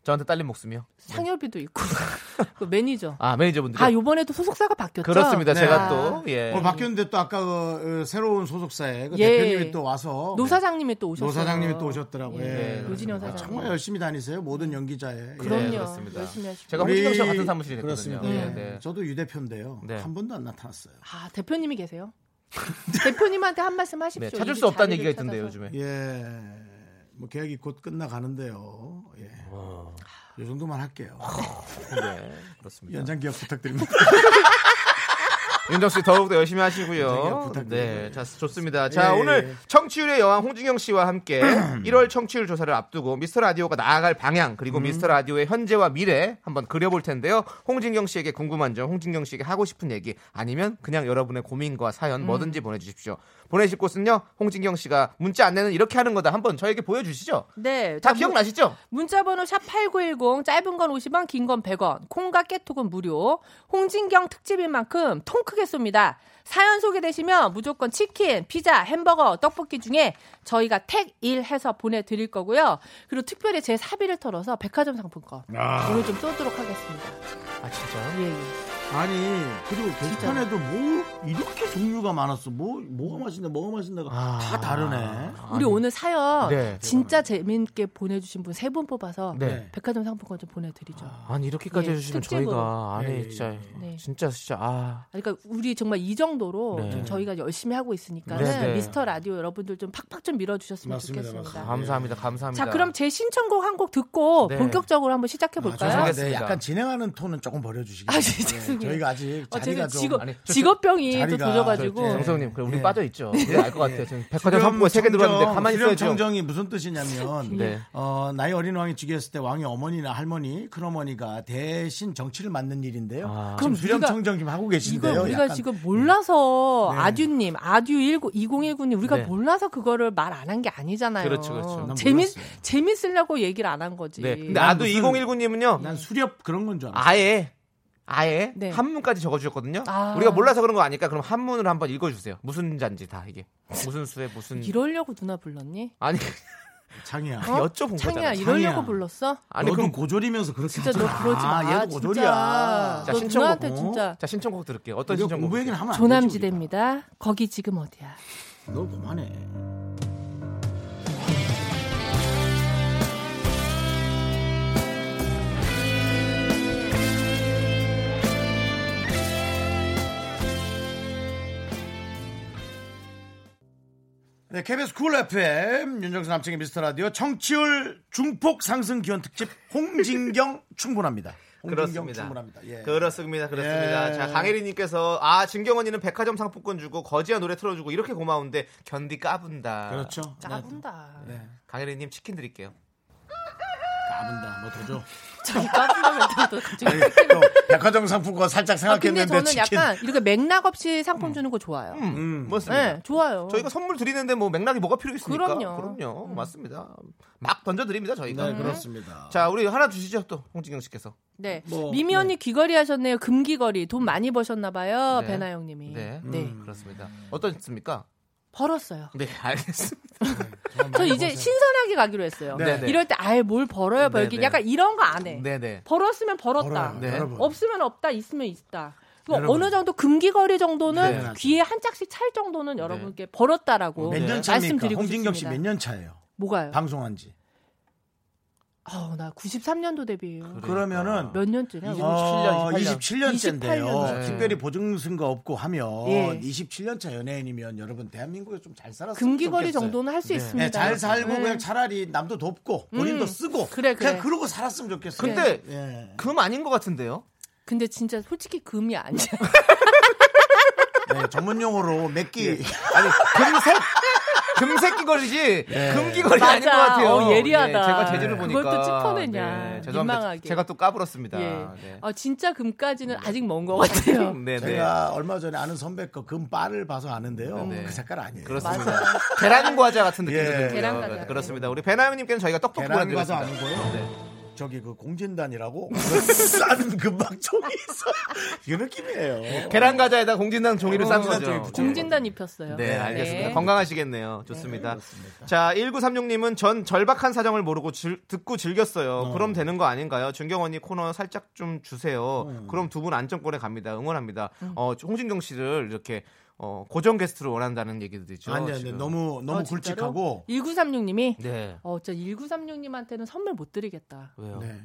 S2: 저한테 딸린 목숨이요.
S5: 상엽이도 있고 그 매니저.
S2: 아, 매니저분들.
S5: 아 요번에도 소속사가 바뀌었죠.
S2: 그렇습니다.
S1: 네.
S2: 제가
S5: 아.
S2: 또, 예.
S1: 오늘 바뀌었는데 또 아까 그 어, 새로운 소속사에 그
S5: 예.
S1: 대표님이 또 와서 예,
S5: 노 사장님이 또 오셨어요.
S1: 노 사장님이 또 오셨더라고요.
S5: 예.
S1: 예.
S5: 노진영
S1: 아,
S5: 사장.
S1: 정말 열심히 다니세요. 모든 연기자에.
S5: 그럼요.
S2: 네, 그렇습니다.
S5: 열심히 하시고.
S2: 제가
S1: 우리-
S2: 홍진경 씨랑 같은 사무실에 있거든요.
S1: 그렇습니다.
S2: 예, 네.
S1: 저도 유 대표인데요.
S2: 네.
S1: 한 번도 안 나타났어요.
S5: 아 대표님이 계세요? 대표님한테 한 말씀
S2: 네,
S5: 하십시오.
S2: 찾을
S5: 이리
S2: 수 없다는
S5: 자리를
S2: 얘기가 있던데
S5: 찾아서.
S2: 요즘에.
S1: 예. 뭐 계약이 곧 끝나가는데요. 예. 이 정도만 할게요.
S2: 아, 네, 그렇습니다.
S1: 연장 기업 부탁드립니다.
S2: 윤정 씨 더욱더 열심히
S1: 연장이요,
S2: 하시고요.
S1: 부탁드려요.
S2: 네, 자 좋습니다. 자
S1: 예, 예.
S2: 오늘 청취율의 여왕 홍진경 씨와 함께 1월 청취율 조사를 앞두고 미스터 라디오가 나아갈 방향 그리고 미스터 라디오의 현재와 미래 한번 그려볼 텐데요. 홍진경 씨에게 궁금한 점, 홍진경 씨에게 하고 싶은 얘기 아니면 그냥 여러분의 고민과 사연 뭐든지 보내주십시오. 보내실 곳은요. 홍진경 씨가 문자 안내는 이렇게 하는 거다 한번 저에게 보여주시죠.
S5: 네,
S2: 다
S5: 자,
S2: 기억나시죠?
S5: 문자번호 샵8910 짧은 건 50원 긴 건 100원 콩과 깨톡은 무료 홍진경 특집인 만큼 통 크게 쏩니다 사연 소개되시면 무조건 치킨, 피자, 햄버거, 떡볶이 중에 저희가 택 1 해서 보내드릴 거고요 그리고 특별히 제 사비를 털어서 백화점 상품권 오늘 좀 쏘도록 하겠습니다
S2: 아 진짜요?
S5: 예, 예.
S1: 아니 그리고 게시판에도 뭐 이렇게 종류가 많았어 뭐 뭐가 맛있네 뭐가 맛있네가
S2: 아.
S1: 다 다르네
S5: 우리 오늘 사연
S2: 네.
S5: 진짜 재밌게 보내주신 분 세 분 뽑아서
S2: 네.
S5: 백화점 상품권 좀 보내드리죠
S2: 아니 이렇게까지
S5: 예,
S2: 해주시면
S5: 특집으로.
S2: 저희가 안에
S1: 예, 예,
S2: 진짜
S5: 네.
S2: 진짜 진짜 아
S5: 그러니까 우리 정말 이 정도로
S2: 네.
S5: 좀 저희가 열심히 하고 있으니까는
S2: 네, 네.
S5: 미스터 라디오 여러분들 좀 팍팍 좀 밀어주셨으면
S1: 맞습니다,
S5: 좋겠습니다.
S1: 맞습니다.
S2: 감사합니다 감사합니다.
S5: 자, 그럼 제 신청곡 한 곡 듣고
S2: 네.
S5: 본격적으로 한번 시작해 볼까요?
S1: 아,
S2: 죄송해요.
S1: 죄송한데
S2: 알겠습니다.
S1: 약간 진행하는 톤은 조금 버려주시기
S5: 아, 진짜. 죄송해요.
S1: 네, 저희가 아직 자리가
S5: 어쨌든
S1: 좀
S5: 직업
S2: 아니, 저-
S5: 직업병이 또
S1: 자리가
S5: 도져가지고
S2: 네.
S1: 저- 저-
S2: 정성님, 그래 우리
S1: 예.
S2: 빠져 있죠. 알것 같아요. 지금 백화점
S1: 수렴
S2: 선포 세개 들어왔는데
S1: 청정,
S2: 가만히
S1: 수렴
S2: 있어야죠.
S1: 청정이 무슨 뜻이냐면
S2: 네.
S1: 어, 나이 어린 왕이 즉위했을 때 왕의 어머니나 할머니, 큰어머니가 대신 정치를 맡는 일인데요.
S2: 아.
S1: 지금
S5: 그럼
S1: 수렴
S5: 우리가-
S1: 청정 지금 하고
S5: 이거
S1: 계신데요.
S5: 우리가
S1: 약간
S5: 지금 몰라서
S1: 네.
S5: 아듀님, 아듀 2019님 우리가
S2: 네.
S5: 몰라서 그거를 말 안 한 게 아니잖아요.
S2: 그렇죠, 그렇죠. 난
S5: 재밌
S1: 몰랐어요.
S5: 재밌으려고 얘기를 안 한 거지.
S2: 네. 근데
S1: 난
S2: 아두 네.
S1: 무슨-
S2: 2019님은요.
S1: 난 수렵 그런 건 줄 알았어요.
S2: 아예 아예
S5: 네.
S2: 한문까지 적어주셨거든요.
S5: 아.
S2: 우리가 몰라서 그런 거 아니까 그럼 한문을 한번 읽어주세요. 무슨 잔지 다 이게 무슨 수에 무슨
S5: 이러려고 누나 불렀니?
S2: 아니
S1: 창이야.
S2: 여쭤본
S5: 창이야,
S2: 거잖아요.
S5: 이러려고
S1: 창이야.
S5: 불렀어?
S2: 아니
S1: 너도
S2: 그럼
S1: 고졸이면서 그렇게
S5: 진짜 너
S1: 하잖아.
S5: 그러지 마.
S1: 아, 얘도 고졸이야.
S5: 진짜.
S2: 자,
S5: 너
S2: 신청곡.
S5: 누나한테
S1: 어?
S5: 진짜
S2: 자 신청곡 들을게요. 어떤
S1: 우리가
S2: 신청곡?
S1: 공부 얘기는 하면 안 되지,
S5: 조남지대입니다. 거기 지금 어디야?
S1: 우리가. 너 그만해. 네, KBS 쿨 FM 윤정수 남창의 미스터 라디오 청취율 중폭 상승 기원 특집 홍진경 충분합니다. 홍진경
S2: 그렇습니다.
S1: 충분합니다. 예.
S2: 그렇습니다. 그렇습니다.
S1: 예.
S2: 자, 강혜리님께서, 아, 진경 언니는 백화점 상품권 주고, 거지야 노래 틀어주고, 이렇게 고마운데, 견디 까분다.
S1: 그렇죠.
S5: 아. 까분다.
S1: 네, 네.
S2: 강혜리님 치킨 드릴게요.
S1: 까분다. 뭐 더죠?
S5: 저기 까분다면 또 갑자기.
S1: 아니, 또 백화점 상품권 살짝
S5: 아, 근데
S1: 네, 생각했는데
S5: 저는
S1: 치킨.
S5: 약간 이렇게 맥락 없이 상품 주는 거 좋아요.
S2: 음, 맞습니다.
S5: 네, 좋아요.
S2: 저희가 선물 드리는데 뭐 맥락이 뭐가 필요했습니까?
S5: 그럼요.
S2: 그럼요. 맞습니다. 막 던져드립니다, 저희가.
S1: 음. 네, 그렇습니다.
S2: 자, 우리 하나 주시죠, 또, 홍진경 씨께서.
S5: 네.
S1: 뭐,
S5: 미미 언니 귀걸이 하셨네요. 금귀걸이. 돈 많이 버셨나봐요.
S2: 네.
S5: 배나영
S1: 예.
S5: 님이.
S2: 네.
S5: 네.
S2: 음, 그렇습니다. 어떻습니까?
S5: 벌었어요.
S2: 네, 알겠습니다.
S5: 저 이제 신선하게 가기로 했어요.
S2: 네, 네.
S5: 이럴 때 아예 뭘 벌어야 벌기.
S2: 네.
S5: 약간 이런 거 안 해.
S2: 네네.
S5: 벌었으면 벌었다.
S1: 벌어요,
S2: 네.
S1: 여러분.
S5: 없으면 없다. 있으면 있다. 그
S1: 여러분.
S5: 어느 정도 금귀걸이 정도는
S1: 네.
S5: 귀에 한 짝씩 찰 정도는 여러분께 벌었다라고
S1: 몇 년 차입니까?
S5: 네. 말씀드리고
S1: 네. 홍진경 씨
S5: 싶습니다. 네.
S1: 몇 년 차예요?
S5: 뭐가요?
S1: 방송한 지.
S5: 아우, 나 93년도 데뷔예요.
S2: 네.
S1: 그러면은
S5: 몇 년째냐?
S2: 이게-
S5: 어,
S1: 그렇죠. 어,
S5: 27년.
S1: 27년째인데요.
S2: 네.
S1: 특별히 보증 증거 없고 하면
S5: 예.
S1: 27년차 연예인이면 여러분 대한민국에 좀 잘 살았으면
S5: 금귀걸이
S1: 좋겠어요.
S5: 정도는 할 수 있습니다.
S1: 네, 잘 살고
S5: 네. 음.
S1: 그냥 차라리 남도 돕고 본인도 쓰고
S5: 그래,
S1: 그냥
S5: 그래.
S1: 그러고 살았으면 좋겠어요.
S2: 근데
S1: 예.
S2: 금 아닌 것 같은데요?
S5: 근데 진짜 솔직히 금이 아니야.
S1: 네, 전문 용어로 몇 끼.
S5: 예.
S2: 아니 금색 금색 귀걸이지
S1: 예.
S2: 금 귀걸이
S5: 맞아.
S2: 아닌 것 같아요.
S5: 어, 예리하다.
S2: 예, 제가 제주를
S5: 그걸
S2: 보니까 네,
S5: 또 짚어내냐.
S2: 죄송합니다.
S5: 민망하게.
S2: 제가 또 까불었습니다.
S5: 예.
S2: 네.
S5: 어, 진짜 금까지는
S1: 네.
S5: 아직 먼 것 같아요.
S2: 네, 네.
S1: 제가 얼마 전에 아는 선배 거 금바를 봐서 아는데요.
S2: 네.
S1: 그 색깔 아니에요.
S2: 그렇습니다. 계란 과자 같은 느낌이
S1: 예.
S2: 들고요. 네,
S5: 계란 과자.
S2: 그렇습니다. 우리 배나영님께는 저희가 떡볶이
S1: 계란 과자
S2: 보내드리겠습니다. 네.
S1: 아니고요. 저기 그 공진단이라고 싼 금방총이 있어. 그 느낌이에요.
S2: 계란 과자에다 공진당
S5: 어,
S2: 종이를 싼
S1: 공진당 종이
S2: 거죠.
S1: 붙여요.
S5: 공진단 입혔어요.
S2: 네, 알겠습니다.
S5: 네.
S2: 건강하시겠네요. 좋습니다. 자, 1936님은 전 절박한 사정을 모르고 즐- 듣고 즐겼어요. 그럼 되는 거 아닌가요? 준경 언니 코너 살짝 좀 주세요.
S1: 어.
S2: 그럼 두 분 안정권에 갑니다. 응원합니다.
S5: 음.
S2: 어, 홍진경 씨를 이렇게 어, 고정 게스트로 원한다는 얘기도 있죠.
S1: 아니, 아니,
S2: 지금.
S1: 너무, 너무
S5: 아, 진짜로?
S1: 굵직하고.
S5: 1936님이
S2: 네.
S5: 어, 진짜 1936님한테는 선물 못 드리겠다.
S2: 왜요?
S1: 네.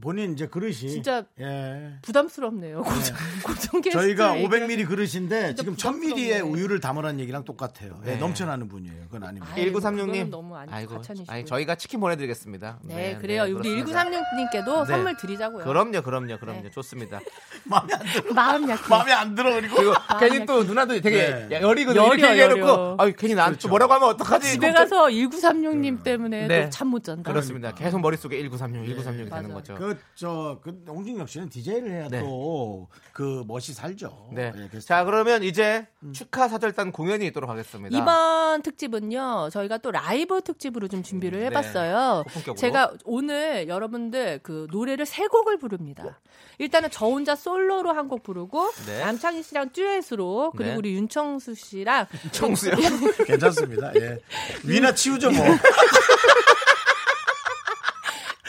S1: 본인 이제 그릇이.
S5: 어. 진짜
S1: 예.
S5: 부담스럽네요. 고정, 고정 게스트.
S1: 저희가
S5: 얘기를-
S1: 500ml 그릇인데 지금
S5: 부담스럽네.
S1: 1000ml의 우유를 담으라는 얘기랑 똑같아요. 예,
S2: 네.
S1: 넘쳐나는 분이에요. 그건 아닙니다.
S5: 아이고,
S2: 1936님.
S5: 그건 너무 아니- 과찬이시고요.
S2: 아니, 저희가 치킨 보내드리겠습니다.
S5: 네, 그래요. 우리
S2: 그렇습니다.
S5: 1936님께도
S2: 네.
S5: 선물 드리자고요.
S2: 그럼요, 그럼요, 그럼요.
S5: 네.
S2: 좋습니다.
S1: 마음에 안 들어.
S5: 그 마음 약해.
S1: 마음에 안 들어. 그리고
S2: 그리고
S5: 아,
S2: 괜히 또 누나도 되게
S1: 네.
S2: 여리거든요.
S5: 여려,
S2: 이렇게 얘기해놓고,
S5: 여려. 그렇죠.
S2: 아, 괜히 나한테 뭐라고 하면 어떡하지?
S5: 집에
S2: 걱정-
S5: 가서 1936님 때문에
S2: 네.
S5: 잠 못 잔다.
S2: 그렇습니다. 계속 머릿속에 1936, 1936이 되는
S5: 네, 맞아요.
S2: 거죠.
S1: 그, 저, 그, 홍진경 씨는 DJ를 해야
S2: 네.
S1: 또 그 멋이 살죠.
S2: 네.
S1: 예, 그래서
S2: 자, 그러면 이제 축하 사절단 공연이 있도록 하겠습니다.
S5: 음. 이번 특집은요 저희가 또 라이브 특집으로 좀 준비를
S2: 네,
S5: 해봤어요.
S2: 고품격으로.
S5: 제가 오늘 여러분들 그 노래를 세 곡을 부릅니다. 일단은 저 혼자 솔로로 한 곡 부르고
S2: 어. 네.
S5: 남창희 씨랑 듀엣으로 그리고
S2: 네.
S5: 우리 윤청수 씨랑
S2: 청수요?
S1: 괜찮습니다. 예. 위나 치우죠, 뭐.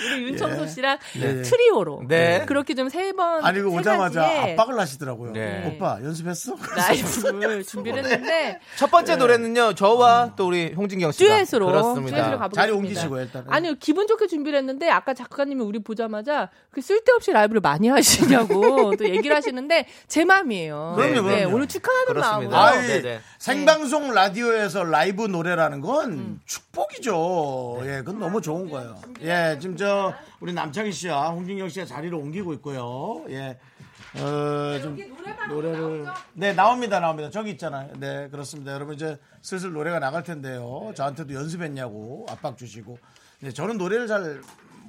S5: 우리 윤청수 씨랑
S1: 예. 네.
S5: 트리오로
S2: 네.
S5: 그렇게 좀 세번
S1: 아니, 그 오자마자 압박을 하시더라고요.
S2: 네.
S1: 오빠, 연습했어?
S5: 라이브를
S1: 네.
S5: 준비를 했는데
S2: 첫 번째 노래는요. 저와 또 우리 홍진경 씨가
S5: 네. 음. 듀엣으로
S2: 그렇습니다.
S5: 듀엣으로 가보겠습니다.
S1: 아, 자리 옮기시고요, 일단은.
S5: 아니요 기분 좋게 준비를 했는데 아까 작가님이 우리 보자마자 그 쓸데없이 라이브를 많이 하시냐고 또 얘기를 하시는데 제 마음이에요.
S1: 그럼요,
S5: 네,
S1: 그럼요.
S5: 오늘 축하하는
S2: 그렇습니다.
S5: 마음으로.
S1: 아이,
S2: 네, 네.
S1: 생방송 라디오에서 라이브 노래라는 건 축복이죠. 예, 그건 너무 좋은 거예요. 예, 지금 저 우리 남창희 씨와 홍진경 씨가 자리를 옮기고 있고요. 예. 어, 좀 노래를 네 나옵니다 나옵니다 저기 있잖아요 네 그렇습니다 여러분 이제 슬슬 노래가 나갈 텐데요 저한테도 연습했냐고 압박 주시고 네 저는 노래를 잘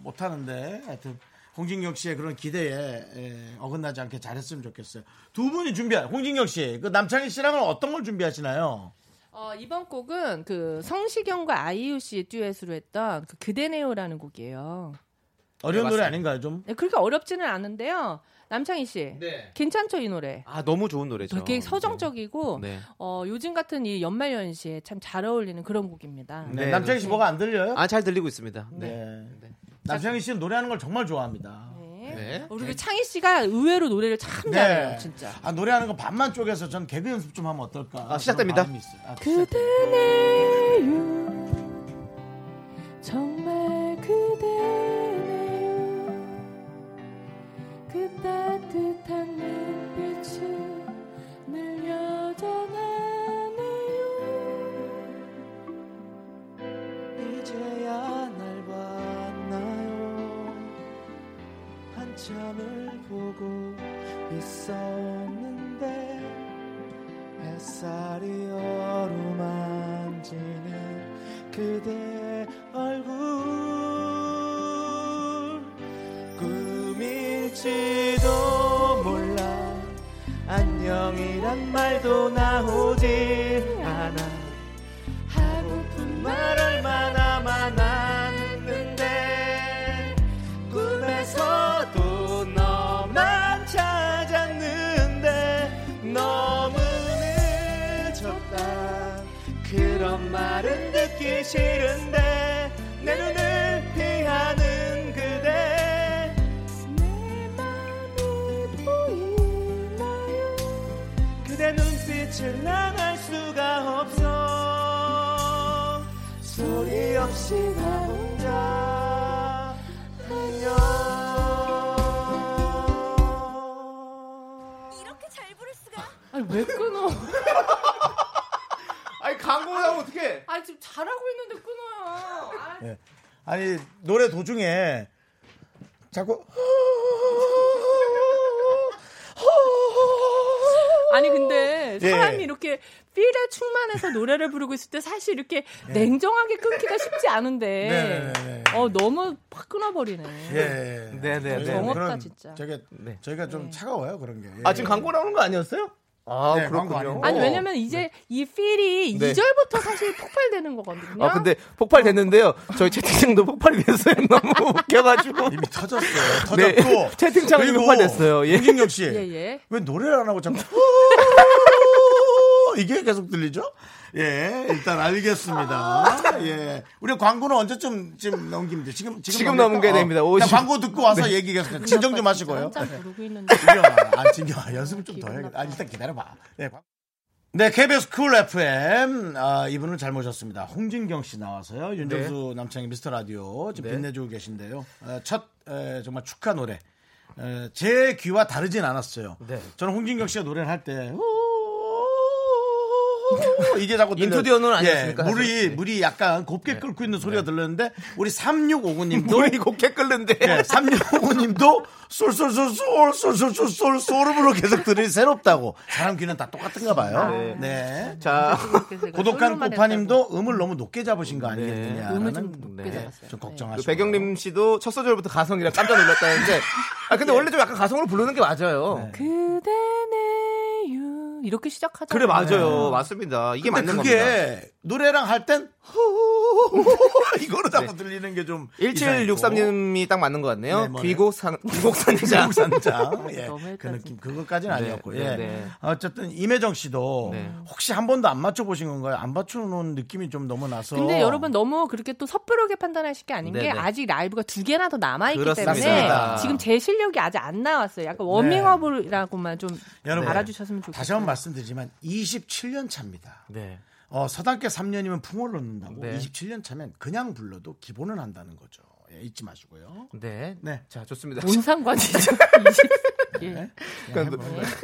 S1: 못하는데 하여튼 홍진경 씨의 그런 기대에 예, 어긋나지 않게 잘했으면 좋겠어요 두 분이 준비한 홍진경 씨그 남창희 씨랑은 어떤 걸 준비하시나요?
S5: 어, 이번 곡은 그 성시경과 아이유 씨의 듀엣으로 했던 그 그대네요라는 곡이에요.
S1: 어려운
S2: 네,
S1: 노래
S2: 맞습니다.
S1: 아닌가요 좀?
S5: 네, 그렇게 어렵지는 않은데요. 남창희 씨.
S2: 네.
S5: 괜찮죠, 이 노래?
S2: 아 너무 좋은 노래죠.
S5: 되게 서정적이고
S2: 네.
S5: 어, 요즘 같은 이 연말연시에 참 잘 어울리는 그런 곡입니다.
S1: 네,
S2: 네,
S1: 남창희 씨 뭐가 안 들려요?
S2: 아 잘 들리고 있습니다. 네.
S1: 네. 남창희 씨는 노래하는 걸 정말 좋아합니다.
S5: 네.
S2: 네.
S5: 우리 그 창희 씨가 의외로 노래를 참
S1: 네.
S5: 잘해요, 진짜.
S1: 아 노래하는 거 반만 쪼개서 전 개그 연습 좀 하면 어떨까? 그런
S2: 시작됩니다.
S1: 마음이 있어요. 아,
S5: 그대네요 정말 그대네요 그 따뜻한 눈빛이 늘 여전하네요
S6: 이제야 날 봤나요 한참을 보고 있었는데 햇살이 어루만지는 그대 얼굴 꿈일지도 몰라 안녕이란 말도 나오질 않아 하고픈 말 얼마나 많았는데 꿈에서도 너만 찾았는데 너무 늦었다 그런 말은 듣기 싫은데 내 눈을 피하는 그대 내 맘이 보이나요 그대 눈빛을 나갈 수가 없어 소리 없이 나 혼자 안녕
S4: 이렇게 잘 부를 수가?
S5: 아니 왜 끊어
S2: 아니 광고 나면 어떻게?
S5: 아 지금 잘하고 있는데 끊어요 아,
S1: 네. 아니 노래 도중에 자꾸
S5: 아니 근데
S1: 예.
S5: 사람이 이렇게 필에 충만해서 노래를 부르고 있을 때 사실 이렇게 냉정하게 끊기가 쉽지 않은데
S1: 예. 네네네.
S5: 어 너무 팍 끊어버리네.
S1: 예.
S2: 네, 네, 네.
S5: 정확하다,
S1: 그런
S5: 진짜.
S1: 저게
S2: 네.
S1: 저희가 좀 차가워요 그런 게. 예.
S2: 아 지금 광고 나오는 거 아니었어요? 아
S1: 네, 광고
S2: 그렇군요.
S1: 아닙니다.
S5: 아니 왜냐면
S1: 네.
S5: 이제 이 필이
S2: 네.
S5: 이절부터 사실 폭발되는 거거든요.
S2: 아 근데 폭발됐는데요. 저희 채팅창도 폭발이 됐어요. 너무 웃겨가지고.
S1: 이미 터졌어요.
S2: 네.
S1: 터졌고
S2: 채팅창이
S1: 그리고
S2: 폭발됐어요. 예.
S1: 홍진경 씨.
S5: 예, 예.
S1: 왜 노래를 안 하고 자꾸 이게 계속 들리죠? 예, 일단 알겠습니다. 예, 우리 광고는 언제쯤 지금 넘깁니다. 지금 지금,
S2: 지금
S1: 넘길까?
S2: 넘은 게
S1: 어.
S2: 됩니다.
S1: 일단
S2: 오십- 네.
S1: 광고 듣고 와서 얘기겠습니다. 진정 좀 하시고요. 네.
S5: 깜짝 부르고 있는데
S1: 진정아, 아, 진정아, 연습을 좀 더
S5: 기분
S1: 해야겠다.
S5: 나빠.
S1: 아, 일단 기다려봐. 네, 광- 네, KBS 쿨 FM 아, 이분을 잘 모셨습니다. 홍진경 씨 나와서요. 윤정수 남창희 미스터 라디오 지금
S2: 네.
S1: 빛내주고 계신데요. 어, 첫 에, 정말 축하 노래. 에, 제 귀와 다르진 않았어요.
S2: 네.
S1: 저는 홍진경 씨가 노래를 할 때. 이게 자꾸 들려요.
S2: 인투디오는 아니었습니까,
S1: 예, 물이
S2: 사실? 네.
S1: 물이 약간 곱게 끓고 있는 소리가 들렸는데 우리 3659님도
S2: 물이 곱게 끓는데.
S1: 네, 3659님도 쏠쏠쏠쏠쏠쏠쏠 소름으로 계속 들으니 새롭다고. 사람 귀는 다 똑같은가 봐요. 네.
S2: 자,
S1: 고독한 꼬파님도 음을 너무 높게 잡으신 거 아니겠느냐.
S5: 음을 좀 높게
S2: 네.
S5: 잡았어요.
S1: 좀
S2: 그
S1: 걱정하시고.
S2: 배경림 씨도 첫 소절부터 가성이라 깜짝 놀랐다는데. 아
S5: 예.
S2: 근데 원래 좀 약간 가성으로 부르는 게 맞아요.
S5: 네. 그대네요 이렇게 시작하죠.
S2: 그래 맞아요. 맞습니다. 이게
S1: 네. 근데
S2: 맞는
S1: 그게
S2: 겁니다.
S1: 노래랑 할 땐 이거로 자꾸 들리는 게 좀
S2: 1763님이 네. 딱 맞는 것
S1: 네,
S2: 같네요.
S1: 뭐예요?
S2: 귀곡산 귀곡산이자
S1: 산장 예.
S5: 너무했다,
S1: 그 느낌 그것까지는 아니었고
S2: 네,
S1: 예.
S2: 네.
S1: 어쨌든 임혜정 씨도
S2: 네.
S1: 혹시 한 번도 안 맞춰 보신 건가요? 안 맞추는 느낌이 좀 너무 나서
S5: 근데 여러분 너무 그렇게 또 섣부르게 판단하실 게 아닌 게
S2: 네네.
S5: 아직 라이브가 두 개나 더 남아있기
S2: 그렇습니다.
S5: 때문에 지금 제 실력이 아직 안 나왔어요. 약간 워밍업이라고만 좀
S1: 여러분,
S5: 알아주셨으면 좋겠어요.
S1: 다시 한 번 말씀드리지만 27년 차입니다.
S2: 네.
S1: 어, 서당계 3년이면 풍을 넣는다고
S2: 네.
S1: 27년 차면 그냥 불러도 기본은 한다는 거죠. 예. 예, 잊지 마시고요.
S2: 네.
S1: 네.
S2: 자, 좋습니다.
S5: 뭔 상관이죠? 예.
S1: 그냥 해봐요.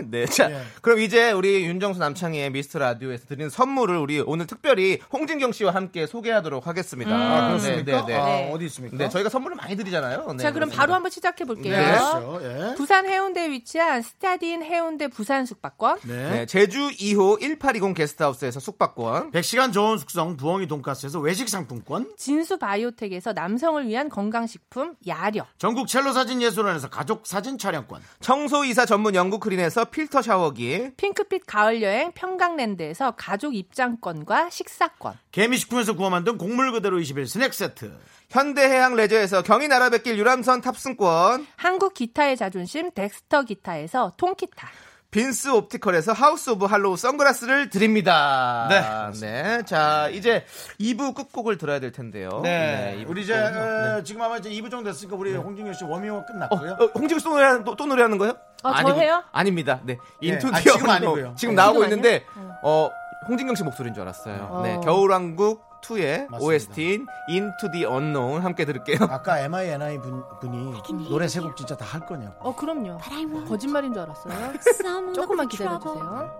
S2: 네. 자,
S1: 예.
S2: 그럼 이제 우리 윤정수 남창희의 미스트 라디오에서 드리는 선물을 우리 오늘 특별히 홍진경 씨와 함께 소개하도록 하겠습니다.
S1: 아, 그렇습니까?
S2: 네, 네,
S1: 아,
S2: 네.
S5: 네.
S1: 어디 있습니까?
S2: 네, 저희가 선물을 많이 드리잖아요. 네,
S5: 자, 그럼
S2: 그렇습니다.
S5: 바로 한번 시작해 볼게요.
S2: 네.
S1: 알았어요. 예.
S5: 부산 해운대에 위치한 스타딘 해운대 부산 숙박권.
S1: 네.
S2: 네, 제주 2호 1820 게스트하우스에서 숙박권.
S1: 100시간 저온 숙성 부엉이 돈가스에서 외식 상품권,
S5: 진수 바이오텍에서 남성을 위한 건강식품 야력.
S1: 전국 첼로 사진 예술원에서 가족 사진 촬영권,
S2: 청소이사 전문 영국 크린에서 필터 샤워기.
S5: 핑크빛 가을여행 평강랜드에서 가족 입장권과 식사권.
S1: 개미식품에서 구워 만든 곡물 그대로 21 스낵 세트,
S2: 현대해양 레저에서 경인 아라뱃길 유람선 탑승권.
S5: 한국 기타의 자존심 덱스터 기타에서 통기타.
S2: 빈스 옵티컬에서 하우스 오브 할로우 선글라스를 드립니다.
S1: 네,
S2: 네. 자, 이제 2부 끝곡을 들어야 될 텐데요.
S1: 네,
S2: 이부
S1: 우리 이제
S2: 끝곡은-
S1: 어, 지금 아마 이제 2부 정도 됐으니까 우리 홍진경 씨 워밍업
S2: 네. 어,
S1: 끝났고요.
S2: 어, 홍지우 씨 또, 노래하는, 또, 또 노래하는 거예요?
S5: 어, 저
S2: 아니군-
S5: 해요?
S2: 아닙니다. 네. 인투
S1: 아,
S2: 디어
S1: 지금 아니고요. 네.
S2: 지금 나오고
S5: 지금
S2: 있는데 어, 홍진경 씨 목소리인 줄 알았어요.
S5: 어.
S2: 네. 겨울왕국 2의
S1: 맞습니다.
S2: OST인 인투 디 언노운 함께 들을게요.
S1: 아까 MINI 분, 분이 노래 세 곡 진짜 다 할 거냐고.
S5: 어, 그럼요. 거짓말인 줄 알았어요.
S4: Some look
S5: 조금만
S4: for trouble
S5: 기다려주세요.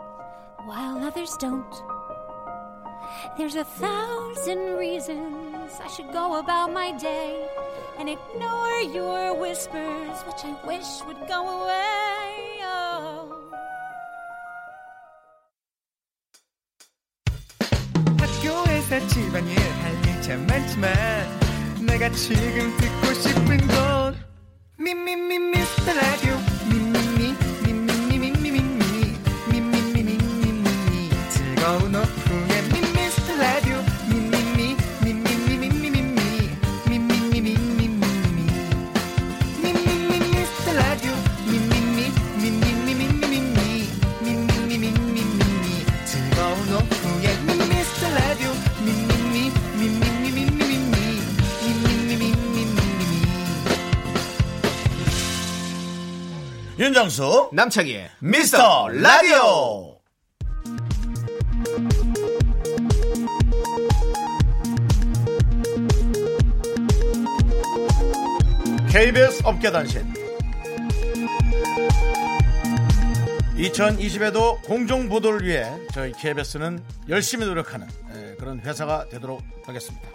S4: while others don't. There's a thousand reasons I should go about my day and ignore your whispers, which I wish would go away. Oh.
S6: 학교에서 집안일 할 일 참 많지만 내가 지금 듣고 싶은 건 미미미 미스터 라디오 미미미 미미미 미미미 미미미 미미미 즐거운 오후에 미미스터 라디오 미미미 미미미 미미미 미미미 미미미
S1: 네. 윤정수
S2: 남창희의
S1: 미스터 라디오. KBS 업계단신 2020에도 공정보도를 위해 저희 KBS는 열심히 노력하는 에, 그런 회사가 되도록 하겠습니다.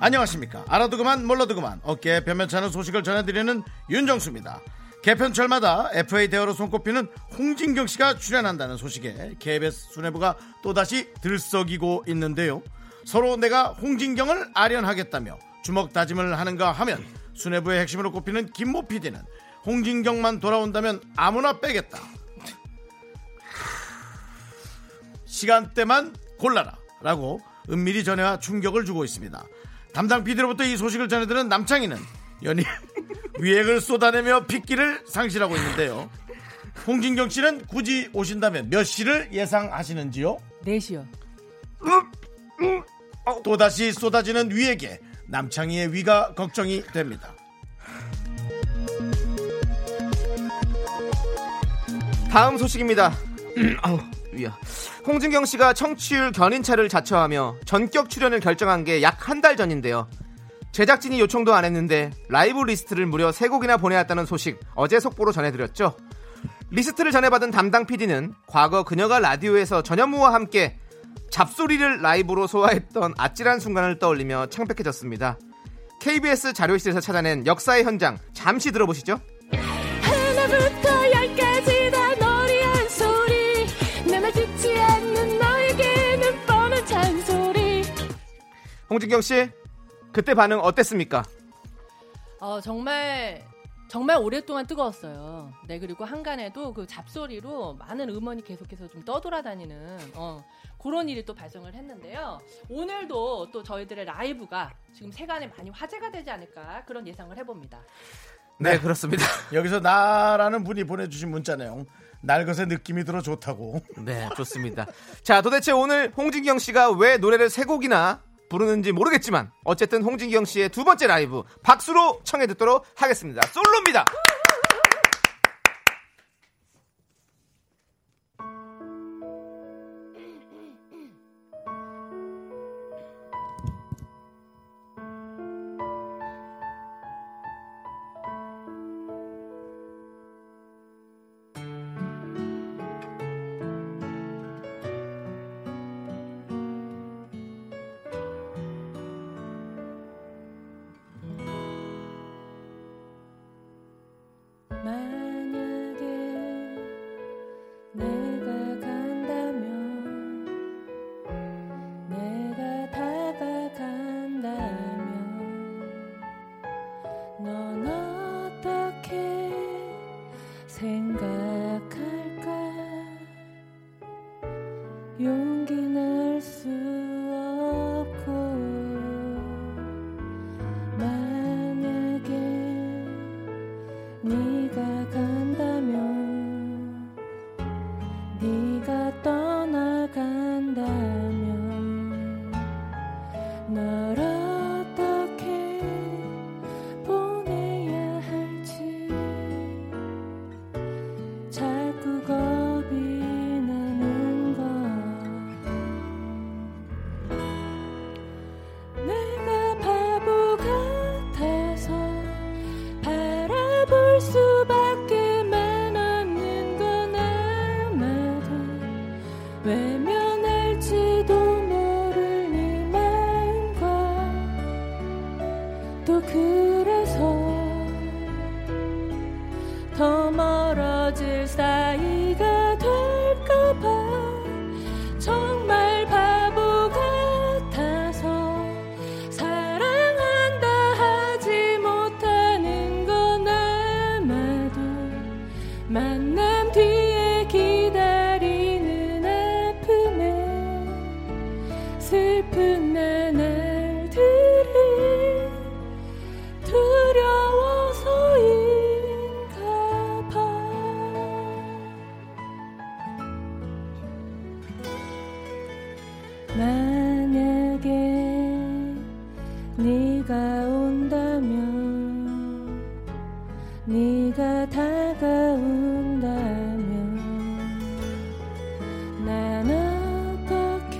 S1: 안녕하십니까. 알아도 그만 몰라도 그만 어깨에 변변치 않은 소식을 전해드리는 윤정수입니다. 개편철마다 FA 대어로 손꼽히는 홍진경 씨가 출연한다는 소식에 KBS 수뇌부가 또다시 들썩이고 있는데요. 서로 내가 홍진경을 아련하겠다며 주먹 다짐을 하는가 하면 수뇌부의 핵심으로 꼽히는 김모 PD는 홍진경만 돌아온다면 아무나 빼겠다. 시간대만 골라라 라고 은밀히 전해와 충격을 주고 있습니다. 담당 PD로부터 이 소식을 전해들은 남창희는 연일 위액을 쏟아내며 핏기를 상실하고 있는데요. 홍진경 씨는 굳이 오신다면 몇 시를 예상하시는지요?
S5: 4시요.
S1: 또다시 쏟아지는 위에게 남창희의 위가 걱정이 됩니다.
S2: 다음 소식입니다. 음, 아우, 위야. 홍진경 씨가 청취율 견인차를 자처하며 전격 출연을 결정한 게 약 한 달 전인데요. 제작진이 요청도 안 했는데 라이브 리스트를 무려 세곡이나 보내왔다는 소식 어제 속보로 전해드렸죠. 리스트를 전해받은 담당 PD는 과거 그녀가 라디오에서 전현무와 함께 잡소리를 라이브로 소화했던 아찔한 순간을 떠올리며 창백해졌습니다. KBS 자료실에서 찾아낸 역사의 현장 잠시 들어보시죠.
S4: 하나부터 열까지 다 너리한 소리 내말 듣지 않는 너에게는 뻔한 잔소리
S2: 홍진경 씨, 그때 반응 어땠습니까?
S5: 어, 정말 정말 오랫동안 뜨거웠어요. 네 그리고 한간에도 그 잡소리로 많은 음원이 계속해서 좀 떠돌아다니는 어, 그런 일이 또 발생을 했는데요. 오늘도 또 저희들의 라이브가 지금 세간에 많이 화제가 되지 않을까 그런 예상을 해봅니다.
S2: 네, 그렇습니다.
S1: 여기서 나라는 분이 보내주신 문자 내용 날것의 느낌이 들어 좋다고
S2: 네, 좋습니다. 자, 도대체 오늘 홍진경 씨가 왜 노래를 세 곡이나 부르는지 모르겠지만 어쨌든 홍진경 씨의 두 번째 라이브 박수로 청해 듣도록 하겠습니다. 솔로입니다.
S5: 용기 낼 수 없고 만약에 네가 간다면 네가 떠나간다면 널 어떻게 보내야 할지 자꾸 겁이 나는 걸 내가 바보 같아서 바라볼 수밖에만 없는 건 아마도 외면할지도 모를 네 마음과 또 그래서 더 멀어질 사이가 될까봐 정말 바보 같아서 사랑한다 하지 못하는 건 아마도 만남 뒤에 기다리는 아픔에 슬픈 나날들이 두려워서인가 봐 만약에 네가 온다면 네가 다가온다면 난 어떻게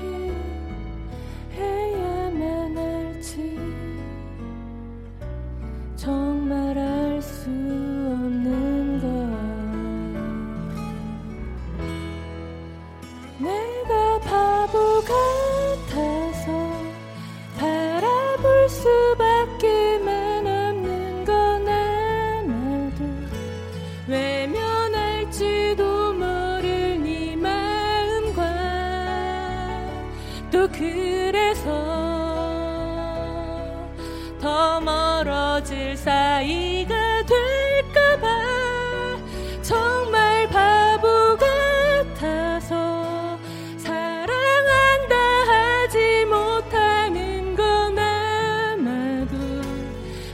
S5: 해야만 할지 정말 알 수 없는 걸 내가 바보 같아서 바라볼 수밖에만 없는 건 아마도 외면할지도 모를 네 마음과 또 그래서 더 멀어질 사이가 될까봐 정말 바보 같아서 사랑한다 하지 못하는 건 아마도